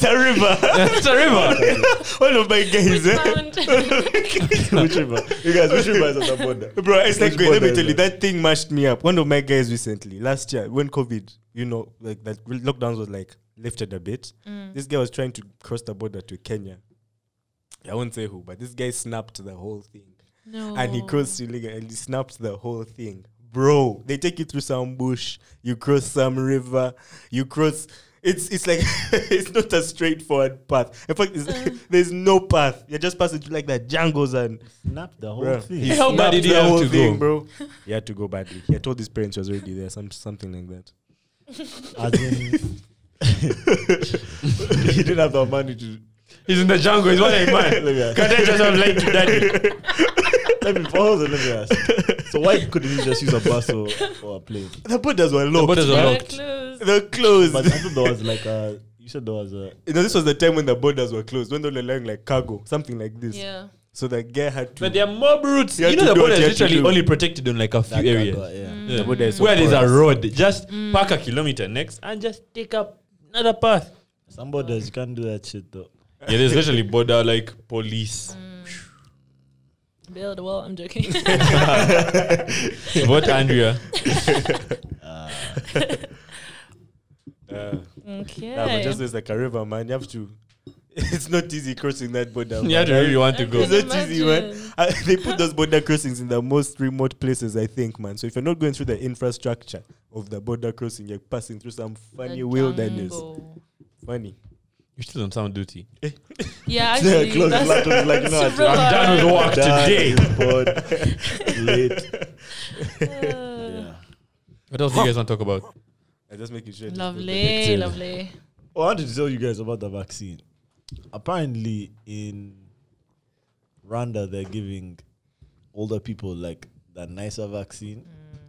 S2: a river.
S1: it's a river.
S2: One of my guys.
S3: Which
S2: eh,
S3: mountain?
S4: Which river? You guys, which river is on the border?
S2: Bro, it's like,
S4: Which
S2: let me
S4: border
S2: tell you,
S4: is
S2: that thing mashed me up. One of my guys recently, last year, when COVID, you know, like that re- lockdowns was like lifted a bit, this guy was trying to cross the border to Kenya. I won't say who, but this guy snapped the whole thing.
S3: no.
S2: And
S4: Oh.
S2: he crossed illegal and he snapped the whole thing. Bro, they take you through some bush, you cross some river, you cross. It's it's like it's not a straightforward path. In fact, it's,
S4: Uh.
S2: there's no path. You're just passing through like the jungles and
S4: Snap the whole
S2: Bruh.
S4: thing.
S2: He
S1: How bad
S2: snapped
S1: did he
S2: the
S1: have
S2: whole
S1: to
S2: thing,
S1: go?
S2: bro? He had to go badly. He had told his parents he was already there, some something like that.
S4: As in, he didn't have the money to.
S1: He's in the jungle. He's one of
S4: Let
S1: mine.
S4: me ask.
S1: Can't I just have light to daddy?
S4: Let me pause and let me ask. So why couldn't he just use a bus or, or a plane?
S2: The borders were locked.
S1: borders were
S3: They were
S1: locked.
S3: closed.
S2: They're closed.
S4: But I thought there was like a. You said there was a.
S2: you know, this was the time when the borders were closed, when they were allowing like cargo, something like this.
S3: Yeah.
S2: So the guy had to.
S1: But there are mob routes.
S2: You
S1: You,
S2: have
S1: know the
S2: to do
S1: border is
S2: what you have to
S1: literally
S2: do.
S1: only protected in like a few
S4: that
S1: areas.
S4: cargo, yeah.
S1: Yeah.
S2: border is so
S1: Where there's a
S2: porous.
S1: road, just park a kilometer next and just take up another path.
S4: Some borders you can't do that shit though.
S1: Yeah, there's literally border like police.
S3: Build a wall. I'm joking.
S1: Vote Andrea.
S3: okay.
S2: Nah, ah, but just it's like a river, man. You have to. It's not easy crossing that border.
S1: You have to
S2: man.
S1: really want to go.
S3: Okay.
S2: It's not easy, man.
S3: Imagine.
S2: Uh, they put those border crossings in the most remote places, I think, man. So if you're not going through the infrastructure of the border crossing, you're passing through some funny
S3: The
S2: wilderness.
S3: jungle.
S2: Funny.
S1: You still on sound duty.
S3: Yeah, actually.
S4: close his
S3: that's-
S4: laptop. Like you know,
S3: that's
S1: I'm
S3: super
S1: done with work
S4: Done,
S1: today.
S4: it's bored, late.
S3: Uh,
S4: Yeah.
S1: What else do you guys want to talk about?
S2: I just making sure.
S3: Lovely, lovely.
S4: Well, I wanted to tell you guys about the vaccine. Apparently, in Rwanda, they're giving older people like the nicer vaccine,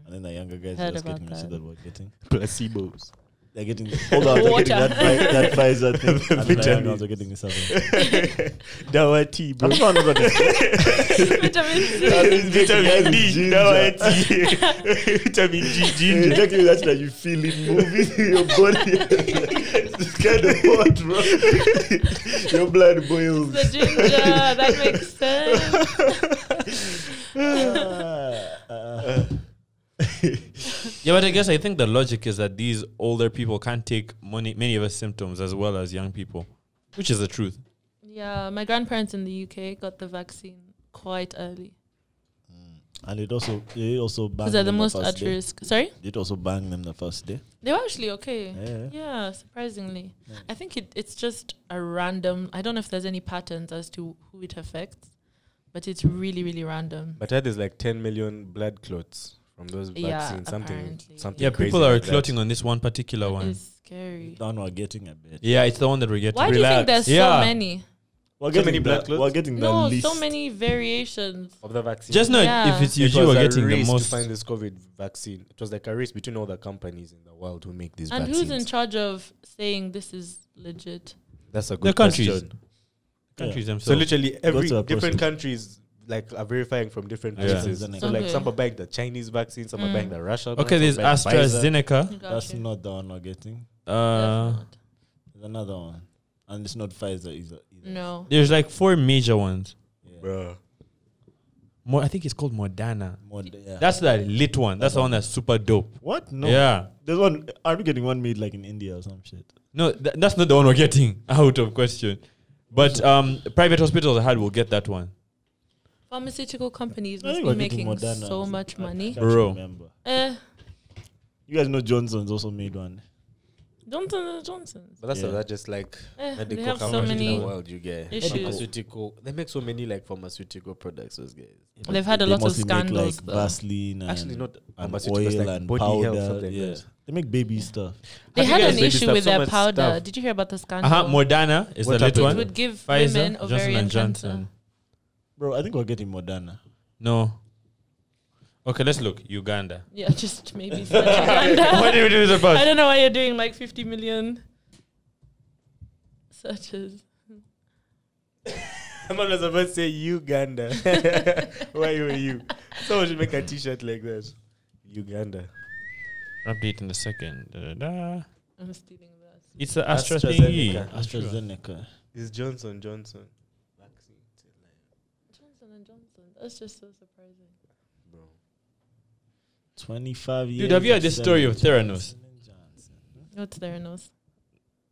S4: and then the younger guys are
S3: Heard
S4: just
S3: about
S4: getting the shit
S3: that.
S4: that we're getting.
S2: Placebos.
S4: They're getting hold on, they're getting
S6: Water.
S4: that, Pfi- that Pfizer thing.
S2: vitamins.
S4: and Vitamins are getting this other.
S2: Dawa tea, bro.
S4: I'm sure I'm not gonna
S6: Vitamin C.
S1: Vitamin D.
S4: Ginger.
S1: Vitamin G.
S4: You
S1: Ginger.
S4: inject you that's that you feel it moving in your body. it's kind of hot, bro. your blood boils.
S6: The ginger. That makes sense.
S1: Yeah, but I guess I think the logic is that these older people can't take many, many of us symptoms as well as young people, which is the truth.
S3: Yeah, my grandparents in the UK got the vaccine quite early
S4: and it also it also banged
S3: because they're the
S4: them
S3: most
S4: first
S3: at
S4: day.
S3: risk. Sorry,
S4: It also banged them the first day.
S3: they were actually okay.
S4: Yeah.
S3: Yeah, surprisingly, I think it, it's just a random. I don't know if there's any patterns as to who it affects, but it's really, really random.
S2: But that is like 10 million blood clots from those
S3: Yeah,
S2: vaccines. Something,
S3: apparently.
S2: something.
S1: Yeah,
S2: crazy
S1: people are
S2: like that.
S1: clotting on this one particular one.
S3: It's scary.
S4: Now we're getting a bit.
S1: Yeah, it's the one that we're getting.
S3: Why do you think there's
S1: Yeah.
S3: so many?
S4: We're
S2: So
S4: getting
S2: many
S4: the-
S2: blood clots?
S4: We're getting the
S3: No,
S4: least.
S3: so many variations.
S2: of the vaccine.
S1: Just know
S3: Yeah.
S1: if it's you,
S2: it
S1: you
S2: was
S1: are
S2: a
S1: getting the
S2: race
S1: most.
S2: to find this COVID vaccine. It was like a race between all the companies in the world who make these
S3: And
S2: vaccines.
S3: who's in charge of saying this is legit?
S2: That's a good
S1: the countries.
S2: question.
S1: Countries
S2: So,
S1: themselves.
S2: literally, every
S4: to a
S2: different
S4: process.
S2: countries like are verifying from different
S1: Yeah.
S2: places.
S4: AstraZeneca.
S2: So like
S3: Okay. Mm.
S2: some are buying the Chinese vaccine, some are buying the Russian. one,
S1: okay,
S2: some
S1: there's
S2: are buying Pfizer.
S1: AstraZeneca.
S4: That's
S3: Gotcha.
S4: not the one we're getting.
S1: Uh,
S3: Definitely.
S4: There's another one, and it's not Pfizer either. either.
S3: no.
S1: there's like four major ones.
S4: Yeah.
S2: Bruh.
S1: Mo- I think it's called Moderna.
S4: More th- yeah.
S1: That's the lit one. That's the one that's super dope.
S4: what? No.
S1: Yeah.
S4: There's one. Are we getting one made like in India or some shit?
S1: No, th- that's not the one we're getting. Out of question. But um, private hospitals I had will get that one.
S3: Pharmaceutical companies
S4: I
S3: must
S4: think
S3: be
S4: we're getting
S3: making
S4: Moderna.
S3: so much
S4: I- I
S3: money.
S4: can't
S1: Bro.
S4: Remember.
S3: Eh,
S4: You guys know Johnson's also made one.
S3: Johnson and Johnson's.
S2: But that's
S4: Yeah.
S2: that just like
S3: Eh, they
S2: medical
S3: have so
S2: companies in
S3: many
S2: the world you get.
S3: issues.
S2: Pharmaceutical. They make so many like pharmaceutical products. Those guys.
S3: They've had a
S4: They
S3: lot of
S4: mostly make,
S3: scandals.
S4: like
S3: though.
S4: Vaseline and
S2: Actually, not
S4: and
S2: pharmaceuticals,
S4: oil
S2: like
S4: and
S2: body
S4: powder.
S2: health, something like
S4: yeah.
S2: that.
S4: They make baby stuff.
S3: they
S2: I
S3: had
S2: think
S3: an
S2: there's
S3: issue
S2: been
S3: with
S2: so
S3: their
S2: much
S3: powder.
S2: stuff.
S3: Did you hear about the
S1: Uh
S3: scandal?
S1: huh. Moderna is
S2: What
S1: the lit
S2: happened?
S1: one.
S3: it would give
S1: Pfizer,
S3: women
S1: Johnson
S3: ovarian
S1: and
S3: cancer.
S1: Johnson.
S4: Bro, I think we're getting Moderna.
S1: No. Okay, let's look. Uganda.
S3: Yeah, just maybe. send Uganda.
S1: what do we do with the
S3: I
S1: bus?
S3: don't know why you're doing like 50 million searches.
S2: I'm not supposed to say Uganda. Why were you? Someone should make a T-shirt like that. Uganda.
S1: Update in a second. Da, da, da.
S3: I'm stealing that.
S1: It's the Astra
S2: AstraZeneca.
S1: thingy. Astra.
S4: AstraZeneca.
S2: It's Johnson Johnson. Vaccine.
S3: Johnson and Johnson. That's just so surprising.
S2: Bro.
S4: 25 years.
S1: have you heard
S4: of
S1: this story of Theranos?
S4: selling Johnson and Johnson.
S3: What's Theranos?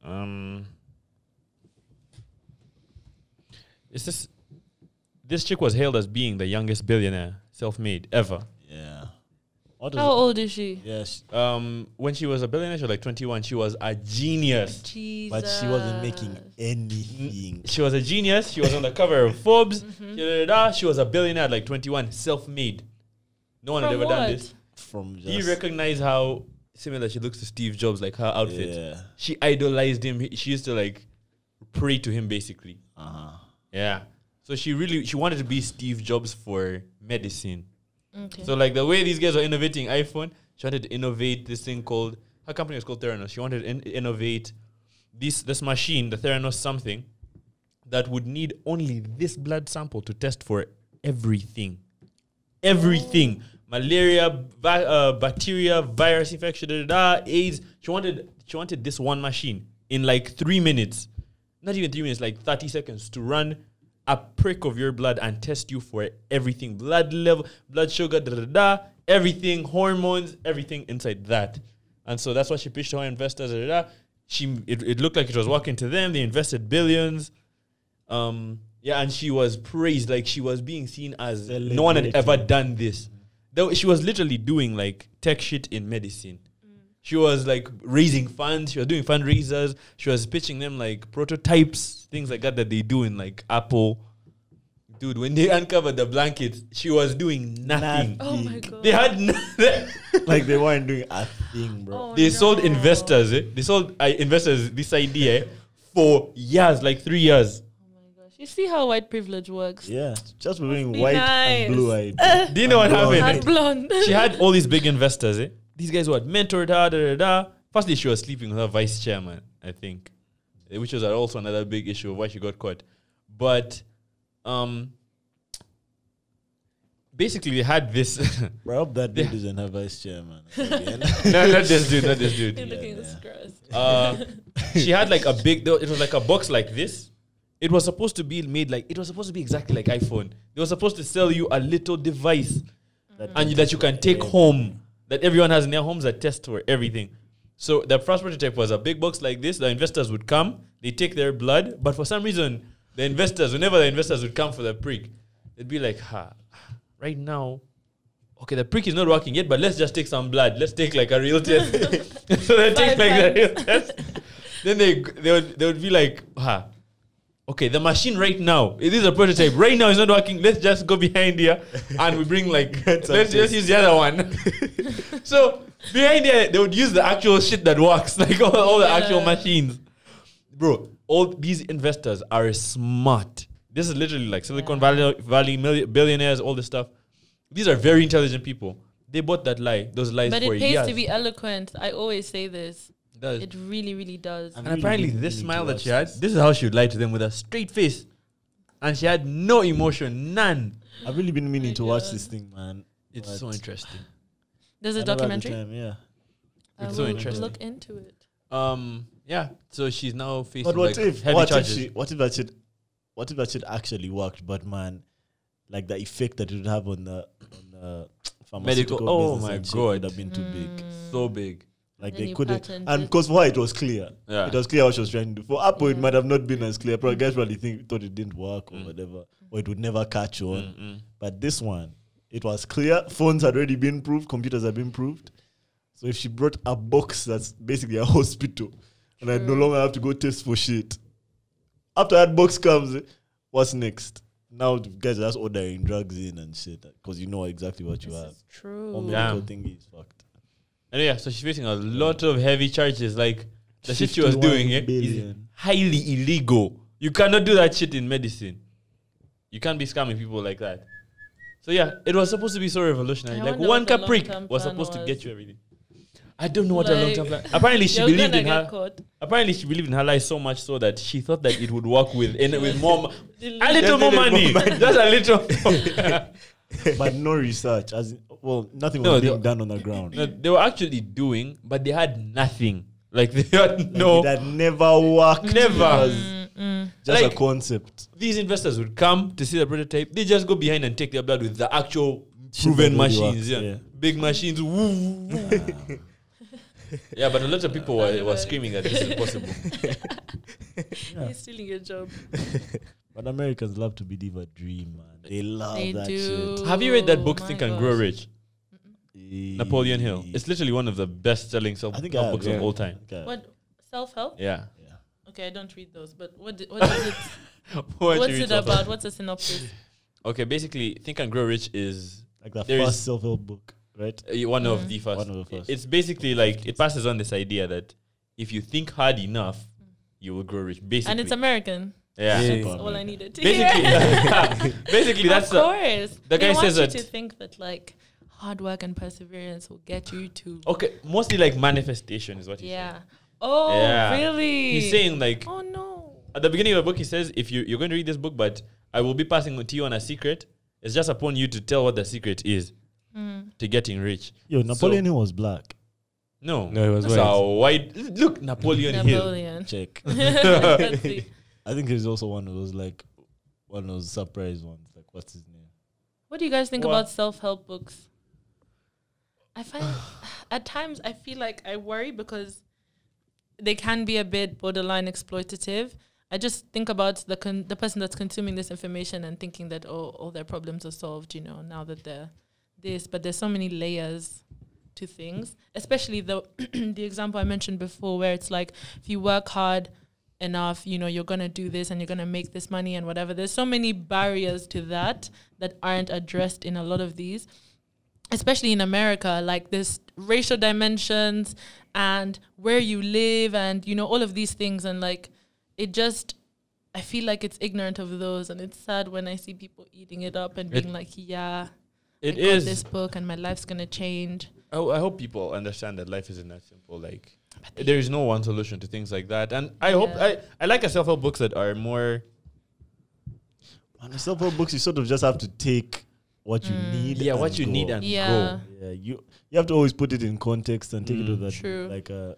S1: Um, is this? This chick was hailed as being the youngest billionaire, self-made ever.
S4: Yeah. What is
S3: How
S4: it?
S3: old is she?
S4: Yeah, sh-
S1: Um, when she was a billionaire, she was like 21. She was a genius.
S3: Jesus.
S4: but she wasn't making anything.
S1: She was a genius. She was on the cover of Forbes. Da, da, da, da. She was a billionaire at like 21, self-made. No one had
S3: From
S1: ever
S3: what?
S1: done this.
S4: from just
S1: Do you recognize how similar she looks to Steve Jobs, like her outfit?
S4: yeah
S1: She idolized him. He- She used to like pray to him, basically.
S4: uh-huh.
S1: Yeah. So she really she wanted to be Steve Jobs for medicine.
S3: Okay.
S1: So like the way these guys are innovating iPhone, she wanted to innovate this thing called her company was called Theranos. She wanted to in- innovate this this machine, the Theranos something, that would need only this blood sample to test for everything, everything, malaria, vi- uh, bacteria, virus infection, da, da, da, AIDS. She wanted she wanted this one machine in like three minutes, not even three minutes, like thirty seconds to run a prick of your blood and test you for everything blood level, blood sugar, da, da, da, da, everything, hormones, everything inside that. And so that's why she pitched to her investors. Da, da, da. She, it, it looked like it was working to them. They invested billions. Um, yeah, and she was praised. Like she was being seen as no one had ever done this. Though she was literally doing like tech shit in medicine.
S3: Mm.
S1: She was like raising funds. She was doing fundraisers. She was pitching them like prototypes, things like that that they do in like Apple. Dude, when they uncovered the blankets, she was doing nothing.
S3: oh my god.
S1: They had nothing.
S4: like they weren't doing a thing bro
S3: Oh
S1: they sold
S3: no.
S1: investors. Eh? They sold uh, investors this idea eh, for years, like three years.
S3: Oh my gosh. You see how white privilege works?
S4: yeah just for being
S3: be
S4: white
S3: nice.
S4: and blue eyed
S1: Do you know what
S4: Blonde.
S1: happened?
S3: And blonde.
S1: she had all these big investors. Eh? These guys who had mentored her, da da da. Firstly, she was sleeping with her vice chairman, I think, eh, which was also another big issue of why she got caught. But um, basically, they had this.
S4: Bro, I hope that dude doesn't have vice chairman. at the end.
S1: no, not this dude, not this dude.
S6: You're looking
S4: yeah.
S6: disgraced.
S1: Uh, she had like a big. there- It was like a box like this. It was supposed to be made like it was supposed to be exactly like iPhone. They were supposed to sell you a little device
S4: That
S1: and you- that you can take home that everyone has in their homes a test for everything. So the first prototype was a big box like this. The investors would come, they take their blood, but for some reason, the investors, whenever the investors would come for the prick, they'd be like, "Ha, right now, okay, the prick is not working yet, but let's just take some blood. Let's take like a real test." so they
S6: Five
S1: take like the
S6: times.
S1: real test. Then they they would they would be like, "Ha, okay, the machine right now, it is a prototype. Right now, it's not working. Let's just go behind here and we bring like, let's
S4: Get some
S1: just
S4: taste.
S1: use the other one. so behind here, they would use the actual shit that works, like all, all the actual
S6: Yeah.
S1: machines. Bro, all these investors are smart. This is literally like Silicon Valley, Valley milli- billionaires, all this stuff. These are very intelligent people. They bought that lie, those lies
S3: But
S1: for
S3: it pays
S1: years.
S3: to be eloquent. I always say this.
S1: That-
S3: It really, really does.
S4: I'm
S1: and
S4: really,
S1: apparently,
S4: really,
S1: this
S4: really
S1: smile that she had,
S4: close.
S1: this is how she would lie to them with a straight face. And she had no emotion, none.
S4: I've really been
S3: Oh
S4: meaning to watch this thing, man.
S1: It's
S4: But
S1: so interesting.
S3: There's a
S4: I never had the
S3: documentary.
S4: time, yeah.
S3: I
S1: It's so
S3: will
S1: interesting.
S3: Look into it.
S1: Um, yeah. So she's now facing
S4: But what
S1: like,
S4: if
S1: heavy
S4: what if
S1: charges.
S4: she what if that shit what if that shit actually worked? But man, like the effect that it would have on the on the pharmaceutical
S1: oh
S4: business
S1: my
S4: and shit
S1: God.
S4: would have been too big.
S1: so big.
S4: Like
S3: Mm. Then
S4: they
S3: you
S4: couldn't,
S3: patent
S4: and
S3: it.
S4: because why it was clear,
S1: Yeah.
S4: it was clear what she was trying to do. For Apple, it
S3: Yeah.
S4: might have not been as clear. Probably guys probably think thought it didn't work or
S1: Mm.
S4: whatever, or it would never catch on.
S1: Mm-mm.
S4: But this one, it was clear. Phones had already been proved. Computers had been proved. So if she brought a box that's basically a hospital, and I no
S3: True.
S4: longer have to go test for shit. After that box comes, eh, what's next? Now the guys are just ordering drugs in and shit because you know exactly what you
S3: This
S4: have.
S3: is
S4: All
S3: true.
S1: Yeah.
S4: medical
S1: Damn.
S4: thing is fucked.
S1: And yeah, so she's facing a lot of heavy charges. Like the shit she was
S4: 51
S1: doing eh, is
S4: billion.
S1: highly illegal. You cannot do that shit in medicine. You can't be scamming people like that. So yeah, it was supposed to be so revolutionary.
S3: I
S1: like
S3: wonder
S1: one
S3: what the
S1: capric
S3: long-term
S1: was
S3: plan
S1: supposed to get
S3: was.
S1: you everything. I don't know what her long term plan.
S3: Like-
S1: Apparently she
S3: You're
S1: believed
S3: gonna
S1: in
S3: get
S1: her.
S3: caught.
S1: Apparently she believed in her lies so much so that she thought that it would work with and with more,
S3: Delete.
S1: a little
S4: Just
S1: more money,
S4: needed more money.
S1: just a little.
S4: but no research, as in, well, nothing
S1: No,
S4: was
S1: they-
S4: being done on the ground.
S1: No, they were actually doing, but they had nothing. Like they had
S4: Like,
S1: no.
S4: it had never worked.
S1: Never.
S4: It was just
S1: Like-
S4: a concept.
S1: These investors would come to see the prototype. They just go behind and take their blood with the actual
S4: Shit
S1: proven
S4: that really
S1: machines.
S4: works,
S1: yeah.
S4: yeah.
S1: big machines. woo, woo, woo. yeah, but a lot of people were, were screaming that this is possible.
S6: He's stealing your job.
S4: But Americans love to believe a dream, man. They love
S3: They
S4: that
S3: do.
S4: shit.
S1: Have you read that book,
S3: Oh
S1: Think
S3: my
S1: and Grow
S3: gosh.
S1: Rich? Napoleon Hill. It's literally one of the best-selling self
S4: I think I
S1: help
S4: have,
S1: books
S4: yeah.
S1: of all time.
S4: Okay.
S3: What self help?
S1: Yeah.
S3: Okay, I don't read those. But what di- what is it?
S1: Why do
S3: what's
S1: you read
S3: it
S1: self-help?
S3: about? What's the synopsis?
S1: Okay, basically, Think and Grow Rich is
S4: Like the
S1: There
S4: first
S1: is-
S4: self help book, right?
S1: Uh, one of
S3: Mm.
S1: the first.
S4: One of the first.
S1: It's basically like it passes on this idea that if you think hard enough, you will grow rich. Basically,
S3: And it's American.
S1: yeah.
S4: Yeah.
S3: That's
S4: Super
S3: all I
S4: American.
S3: needed to hear.
S1: Basically, basically that's
S3: of
S1: the
S3: course.
S1: the guy
S3: they want
S1: says
S3: you
S1: that-
S3: to think that like hard work and perseverance will get you to
S1: okay. Mostly like manifestation is what he's
S3: yeah. Oh,
S1: Yeah.
S3: really?
S1: saying. He's saying like
S3: Oh no.
S1: at the beginning of the book, he says if you you're going to read this book, but I will be passing to you on a secret. It's just upon you to tell what the secret is
S3: Hmm.
S1: to getting rich.
S4: Yo,
S1: So-
S4: Napoleon Hill was black.
S1: No,
S2: No, it was
S1: That's
S2: white.
S1: a white. Look, Napoleon, Hill.
S3: Napoleon.
S4: Check.
S3: Let's see.
S4: I think he's also one of those like one of those surprise ones. Like what's his name?
S3: What do you guys think
S1: What?
S3: about self help books? I find at times I feel like I worry because they can be a bit borderline exploitative. I just think about the con- the person that's consuming this information and thinking that oh all their problems are solved, you know, now that they're this, but there's so many layers to things, especially the the example I mentioned before where it's like if you work hard enough, you know, you're going to do this and you're going to make this money and whatever. There's so many barriers to that that aren't addressed in a lot of these, especially in America, like there's racial dimensions and where you live and, you know, all of these things. And like, it just, I feel like it's ignorant of those. And it's sad when I see people eating it up and
S1: It-
S3: being like, yeah,
S1: It
S3: I
S1: is.
S3: got this book and my life's going to change.
S1: I, I hope people understand that life isn't that simple. Like, there is no one solution to things like that. And I hope
S3: Yeah.
S1: I, I like self help books that are more.
S4: And the self-help books, you sort of just have to take what you
S3: Mm.
S4: need.
S1: Yeah,
S4: and
S1: what you
S4: go.
S1: need and
S3: Yeah.
S1: go.
S4: yeah, you you have to always put it in context and take it to
S1: Mm.
S4: that
S3: True.
S4: like uh,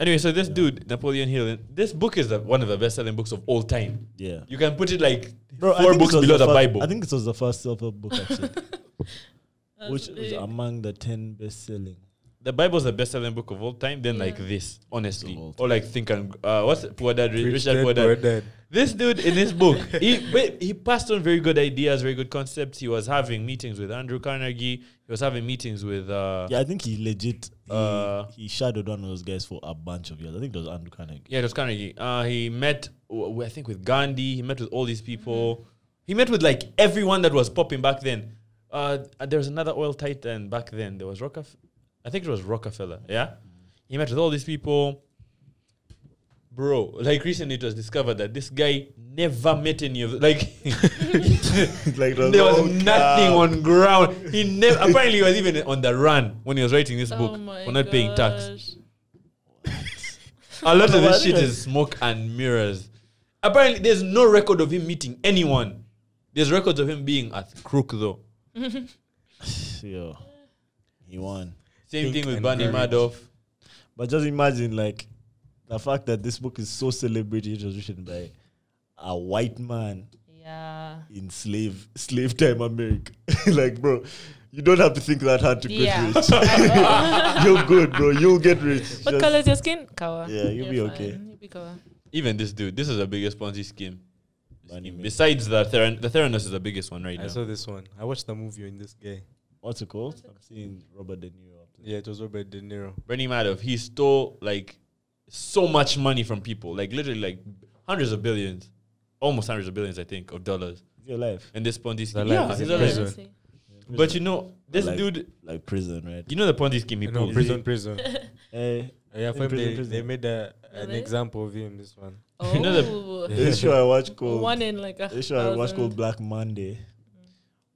S1: Anyway, so this
S4: Yeah.
S1: dude, Napoleon Hill, this book is the, one of the best selling books of all time.
S4: yeah.
S1: You can put it like
S4: Bro, I
S1: four
S4: think
S1: books
S4: it was
S1: below the
S4: fir-
S1: Bible.
S4: I think it was the first self-help book actually,
S6: That's
S4: which was
S6: big.
S4: among the ten best-selling.
S1: the Bible's the best selling book of all time, then like
S6: Yeah.
S1: this, honestly.
S4: Of all
S1: Or like Think and uh, what's it? Poor Dad, Rich Dad,
S2: Rich
S1: Poor
S2: Dad, Poor
S1: Dad.
S2: Dad.
S1: This dude in his book, he wait, he passed on very good ideas, very good concepts. He was having meetings with Andrew Carnegie. He was having meetings with uh,
S4: Yeah, I think he legit he,
S1: Uh,
S4: he shadowed one of those guys for a bunch of years. I think it was Andrew Carnegie.
S1: Yeah, it was Carnegie. Uh, he met, w- w- I think, with Gandhi. He met with all these people. He met with like everyone that was popping back then. Uh, uh, there was another oil titan back then. There was Rockefeller. I think it was Rockefeller. Yeah, he met with all these people. Bro, like recently it was discovered that this guy never met any of like
S4: like
S1: there was nothing on ground. He never apparently he was even on the run when he was writing
S3: Oh
S1: this book
S6: my
S1: for not paying tax.
S6: gosh.
S1: A lot of
S4: Well,
S1: this shit
S4: anyway.
S1: is smoke and mirrors. Apparently, there's no record of him meeting anyone. There's records of him being a crook, though.
S4: Yeah, he won.
S1: Same
S2: Think
S1: thing with
S2: and
S1: Bernie
S2: courage.
S1: Madoff.
S4: But just imagine, like, the fact that this book is so celebrated, it was written by a white man
S3: Yeah.
S4: in slave slave time America. like, bro, you don't have to think that hard to get
S3: Yeah.
S4: rich. You're good, bro. You'll get rich.
S3: What
S4: Just-
S3: color is your skin? Kawa.
S4: Yeah, you'll be
S6: You're
S4: okay.
S3: You'll be kawa.
S1: Even this dude. This is the biggest Ponzi scheme.
S4: Bernie Madoff.
S1: Besides the Theran, the Theranos is the biggest one right
S2: I
S1: now.
S2: saw this one. I watched the movie on this guy.
S4: What's it called? I'm seeing Robert De Niro. Up there.
S2: Yeah, it was Robert De Niro.
S1: Bernie Madoff. He stole like so much money from people, like literally like hundreds of billions, almost hundreds of billions, I think, of dollars.
S4: It's your life.
S1: And this Ponzi scheme.
S2: life
S1: Yeah,
S2: is
S1: he's
S2: in
S1: alive.
S2: prison.
S6: Honestly.
S1: But you know, this
S4: Like-
S1: dude.
S4: like prison, right?
S1: You know the Ponzi scheme he
S2: No,
S1: pulled.
S2: prison, prison.
S4: Eh,
S2: yeah, for him,
S4: prison,
S2: they,
S4: prison.
S2: they made a, an
S6: Really?
S2: example of him. This one.
S6: Oh,
S1: You know
S4: this show I watch called
S6: one in like a
S4: This show I watched called
S6: thousand.
S4: Black Monday,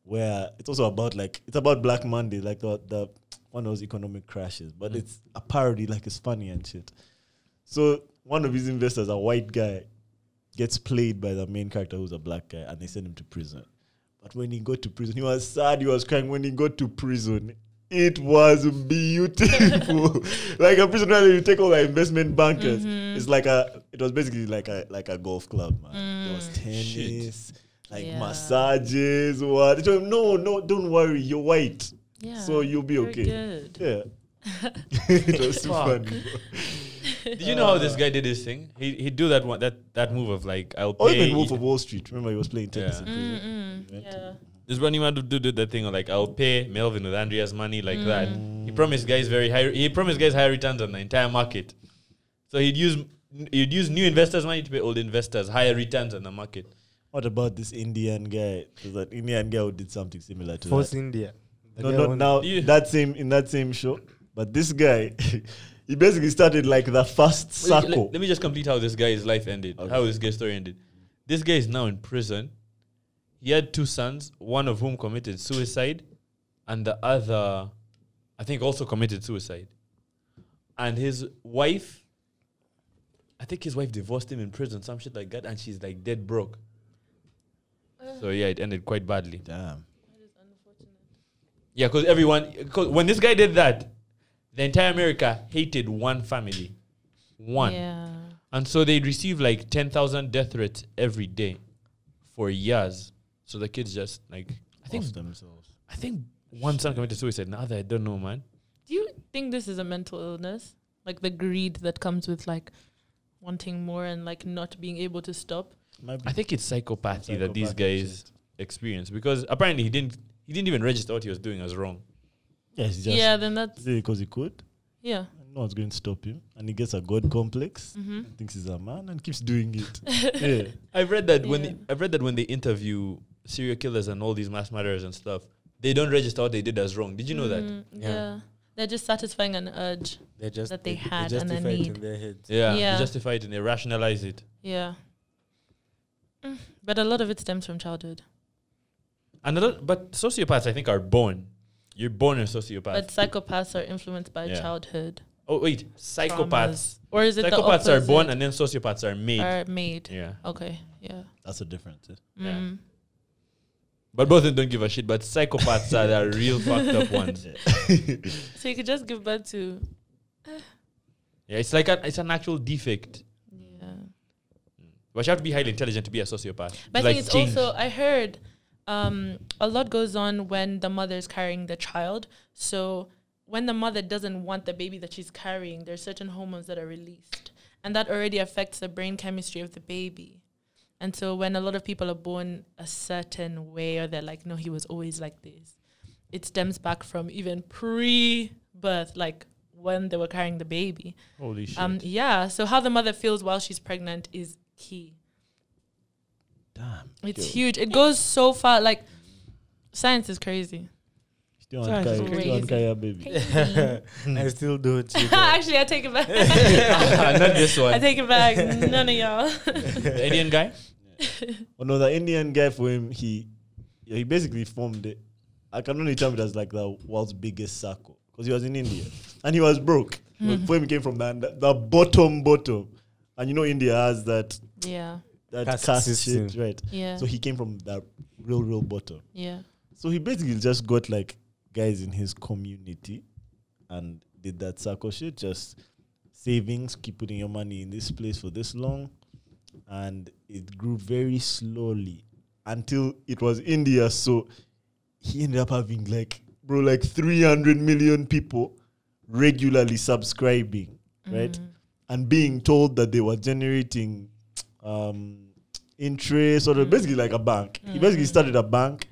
S4: where it's also about like it's about Black Monday, like the, the one of those economic crashes, but
S1: Mm.
S4: it's a parody, like it's funny and shit. So one of his investors, a white guy, gets played by the main character who's a black guy, and they send him to prison. But when he got to prison, he was sad, he was crying. When he got to prison, it was beautiful. like a prison where you take all the investment bankers.
S3: Mm-hmm.
S4: It's like a it was basically like a like a golf club, man. There was tennis, like
S3: Mm. Yeah.
S4: massages, what it was- no, no, don't worry, you're white.
S3: Yeah.
S4: So you'll be
S3: Very
S4: okay.
S3: good.
S4: Yeah. it was too
S1: Fuck.
S4: funny.
S1: Did you know how this guy did his thing? He he do that one that that move of like I'll
S4: Or
S1: pay.
S4: even Wolf of Wall Street. Remember he was playing tennis in prison.
S3: Mm.
S6: Yeah.
S1: This running man do do that thing of like I'll pay Melvin with Andrea's money like that. He promised guys very high. He promised guys high returns on the entire market. So he'd use he'd use new investors' money to pay old investors higher returns on the market.
S4: What about this Indian guy? There's an Indian guy who did something similar to
S2: Force
S4: that.
S2: India. The
S4: No,
S2: guy
S4: no,
S2: won-
S4: now
S1: You-
S4: that same in that same show, but this guy, he basically started like the first
S1: Let,
S4: circle.
S1: let me just complete how this guy's life ended.
S4: Okay.
S1: How this guy's story ended. This guy is now in prison. He had two sons, one of whom committed suicide, and the other, I think, also committed suicide. And his wife, I think his wife divorced him in prison, some shit like that, and she's like dead broke. So yeah, it ended quite badly.
S4: Damn.
S1: Yeah, because everyone, cause when this guy did that, the entire America hated one family, one.
S3: Yeah.
S1: And so they receive like 10,000 death threats every day for years. So the kids just like, I think,
S4: Off themselves.
S1: I think one son committed suicide, the other, I don't know, man.
S3: Do you think this is a mental illness? Like the greed that comes with like wanting more and like not being able to stop?
S4: Might be
S1: I think it's psychopathy that these
S4: psychopathic
S1: guys
S4: shit.
S1: experience because apparently he didn't, he didn't even register what he was doing as wrong.
S4: Yes, he just
S3: yeah, then that's
S4: did it because he could.
S3: yeah.
S4: No one's going to stop him, and he gets a god complex.
S3: Mm-hmm.
S4: Thinks he's a man and keeps doing it. yeah.
S1: I've read that when
S3: Yeah.
S1: they, I've read that when they interview serial killers and all these mass murderers and stuff, they don't register what they did as wrong. Did you know that?
S3: Mm, Yeah.
S2: Yeah.
S3: They're just satisfying an urge.
S2: They just
S3: that they had and a
S2: justify it
S3: need.
S2: in their heads.
S1: Yeah,
S3: Yeah.
S1: They justify it and they rationalize it.
S3: Yeah. Mm, But a lot of it stems from childhood.
S1: And a lot, but sociopaths, I think, are born. You're born a sociopath.
S3: But psychopaths are influenced by
S1: Yeah.
S3: childhood.
S1: oh wait, psychopaths.
S3: traumas. Or is it
S1: Psychopaths
S3: the
S1: are born
S3: opposite?
S1: and then sociopaths are made.
S3: are made.
S1: yeah.
S3: Okay. Yeah.
S4: That's a difference. eh?
S1: Yeah.
S3: Mm.
S1: But both of them don't give a shit. But psychopaths are the real fucked up ones.
S3: So you could just give birth to.
S1: Yeah, it's like a, it's an actual defect.
S3: Yeah.
S1: But you have to be highly intelligent to be a sociopath.
S3: But I
S1: like
S3: think it's
S1: Jane.
S3: also I heard um, a lot goes on when the mother is carrying the child. So when the mother doesn't want the baby that she's carrying, there's certain hormones that are released, and that already affects the brain chemistry of the baby. And so when a lot of people are born a certain way, or they're like, no, he was always like this, it stems back from even pre-birth, like when they were carrying the baby.
S1: holy shit.
S3: Um, yeah. So how the mother feels while she's pregnant is key.
S4: Damn.
S3: It's huge. It goes so far. Like science is crazy.
S4: Still on
S1: That's
S4: Kaya- still on
S3: crazy.
S4: Kaya, baby.
S2: I still don't. You know.
S3: Actually, I take it back.
S1: Not this
S3: I
S1: one.
S3: take it back. None of y'all.
S1: the Indian guy.
S4: Oh no, the Indian guy for him, he yeah, he basically formed it. I can only term it as like the world's biggest circle because he was in India and he was broke. For him, he came from the, under- the bottom bottom, and you know India has that
S3: yeah.
S4: that
S2: Caste
S4: caste,
S2: system.
S4: shit, right?
S3: Yeah.
S4: So he came from the real, real bottom.
S3: yeah.
S4: So he basically just got like guys in his community and did that circle shit, just savings, keep putting your money in this place for this long. And it grew very slowly until it was India. So he ended up having like, bro, like 300 million people regularly subscribing, right? And being told that they were generating um, interest or basically like a bank. He basically started a bank,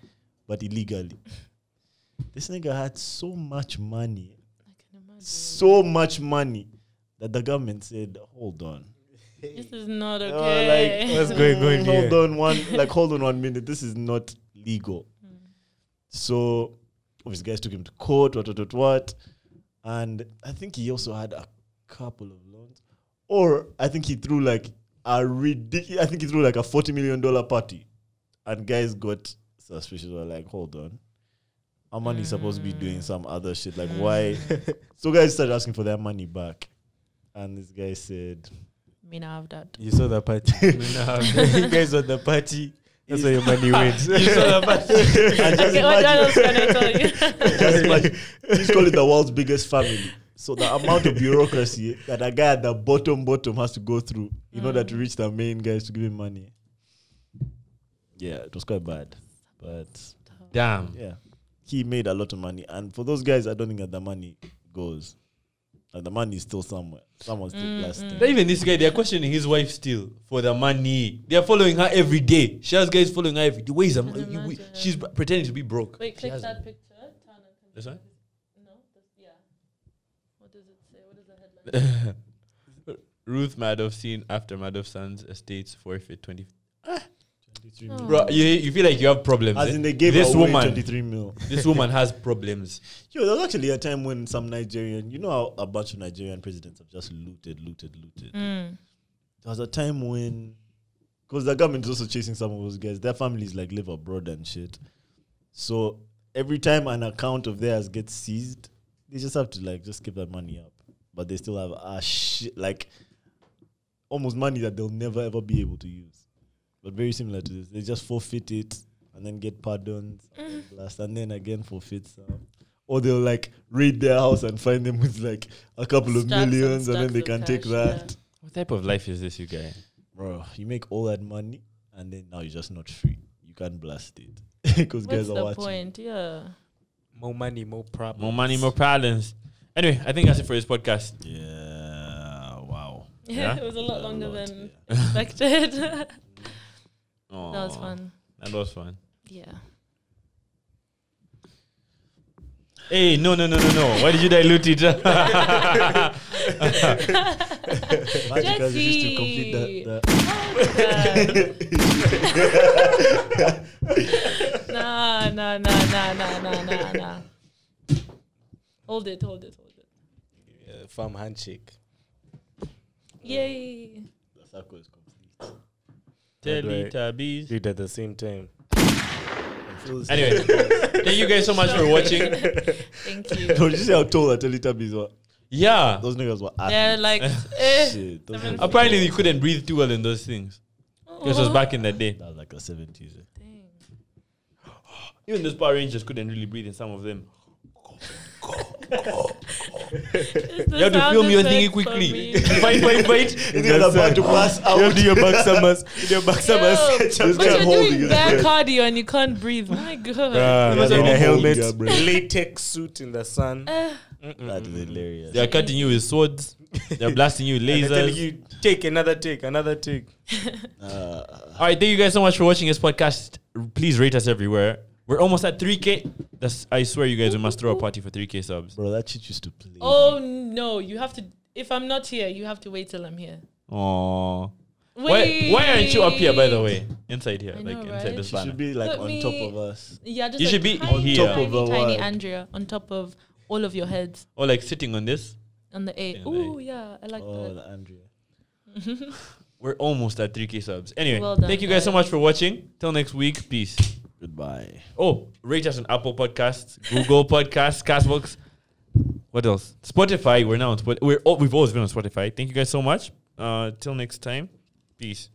S4: but illegally. This nigga had so much money,
S3: I can imagine.
S4: so much money that the government said, "Hold on,
S3: This is not
S4: Oh,
S3: okay.
S4: like,
S2: What's going on
S4: hold
S2: here?
S4: on one, like hold on one minute. This is not legal."
S2: Hmm.
S4: So, obviously, guys took him to court. What, what, what, what? And I think he also had a couple of loans, or I think he threw like a ridiculous. I think he threw like a forty million dollar party, and guys got suspicious. Were like, "Hold on." Our money is supposed to be doing
S2: Hmm.
S4: some other shit. Like, why? so, guys started asking for their money back. And this guy said,
S3: Me now have that.
S2: You saw the party. you guys were the party. That's where your money went.
S4: and just
S3: Okay, what
S4: imagine,
S3: else can I tell you?
S4: just imagine, please call it the world's biggest family. So the amount of bureaucracy that a guy at the bottom bottom has to go through in order
S3: Mm.
S4: to reach the main guys to give him money. Yeah, it was quite bad, but
S1: Damn.
S4: yeah, he made a lot of money. And for those guys, I don't think that the money goes. Like the money is still somewhere. Someone's
S3: Mm,
S4: still blasting.
S1: Not even this guy, they're questioning his wife still for the money. They're following her every day. She has guys following her every day. Where is her money? You-
S3: imagine.
S1: She's b- pretending to be broke.
S3: Wait,
S1: She
S3: click
S1: has-
S3: that picture. Turn it.
S1: This one?
S3: No. This, yeah. What does it say? What is the headline?
S1: Ruth Madoff seen after Madoff son's estates forfeit 20.
S3: Oh.
S1: Bro, you, you feel like you have problems.
S4: As
S1: eh?
S4: in they gave
S1: this
S4: away
S1: woman,
S4: 23 mil.
S1: this woman has problems.
S4: Yo, there was actually a time when some Nigerian, you know how a bunch of Nigerian presidents have just looted, looted, looted.
S3: Mm.
S4: There was a time when, because the government is also chasing some of those guys, their families like live abroad and shit. So every time an account of theirs gets seized, they just have to like just keep that money up. But they still have a shit, like almost money that they'll never ever be able to use. But very similar to this, they just forfeit it and then get pardons,
S3: Mm.
S4: and then blast, and then again forfeit some. Or they'll like raid their house and find them with like a couple of
S3: Stacks and
S4: millions, and, then
S3: stacks
S4: they
S3: of
S4: can take
S3: cash,
S4: that
S3: yeah.
S1: What type of life is this, you guy?
S4: bro, you make all that money and then now you're just not free. You can't blast it
S3: What's
S4: because guys are
S3: the
S4: watching.
S3: point? Yeah.
S2: more money, more problems.
S1: More money, more problems. Anyway, I think that's it for this podcast.
S4: Yeah, wow.
S1: Yeah?
S3: Yeah, it was a lot
S4: A
S3: longer
S4: lot,
S3: than
S4: yeah.
S3: expected. that was
S1: Aw,
S3: fun.
S1: That was fun.
S3: Yeah.
S1: Hey, no, no, no, no, no. Why did you dilute it?
S4: Magical used to complete
S3: Jesse.
S4: that. that.
S3: nah, nah, nah, nah, nah, nah, nah, nah. Hold it, hold it, hold it.
S2: Uh, farm handshake.
S3: Yay.
S4: The circle is complete.
S1: Teletubbies.
S2: Did at the same time. And
S1: Anyway, thank you guys so much for watching.
S3: Thank you.
S4: Did you see how tall the Teletubbies were?
S1: Yeah.
S4: Those niggas were
S3: They're
S4: athletes.
S3: like, eh.
S4: Shit, those
S3: Seven
S4: niggas-
S1: Apparently, you couldn't breathe too well in those things. Because it was
S3: Oh,
S1: back in the day.
S4: That was like the seventies.
S3: Dang.
S1: Even those Power Rangers couldn't really breathe in some of them.
S3: You
S1: You have to film your thingy quickly. fight, fight, fight.
S4: It's about to pass out.
S2: You have to do your back summers. you do your back summers.
S4: This
S3: but
S4: guy
S3: you're
S4: holding
S3: doing
S4: his
S3: bare
S4: breath.
S3: cardio and you can't breathe. My
S2: in
S3: God.
S2: a
S4: Yeah,
S2: helmet,
S4: yeah, bro.
S2: latex suit in the sun.
S3: Uh,
S4: That's hilarious.
S1: They're cutting you with swords. They're blasting you with
S2: And they're telling
S1: lasers.
S2: you take another take, another take.
S4: Uh,
S1: All right, thank you guys so much for watching this podcast. R- Please rate us everywhere. We're almost at 3K. That's I swear, you guys, we must throw a party for 3K subs.
S4: bro, that shit used to play.
S3: Oh no, you have to. If I'm not here, you have to wait till I'm here.
S1: Aww. Why, why aren't you up here, by the way? Inside here,
S3: I
S1: like
S3: know,
S1: inside
S3: right?
S1: this
S4: She
S1: banner.
S4: should be like
S3: Let
S4: on
S3: me-
S4: top of us.
S3: Yeah, just
S1: You
S3: like
S1: should be
S3: tiny,
S1: on top
S3: tiny,
S4: of the
S3: tiny
S4: world.
S3: Andrea on top of all of your heads
S1: or like sitting on this.
S3: on the A.
S1: Yeah,
S3: Oh yeah, I like
S4: Oh,
S3: that.
S4: the Andrea.
S1: We're almost at 3K subs. Anyway,
S3: Well done,
S1: thank you guys so
S3: guys.
S1: much for watching. Till next week, peace.
S4: Goodbye.
S1: Oh, rate us on Apple Podcasts, Google Podcasts, Castbox. What else? Spotify. We're now on Spotify. We're oh, we've always been on Spotify. Thank you guys so much. Uh, till next time, peace.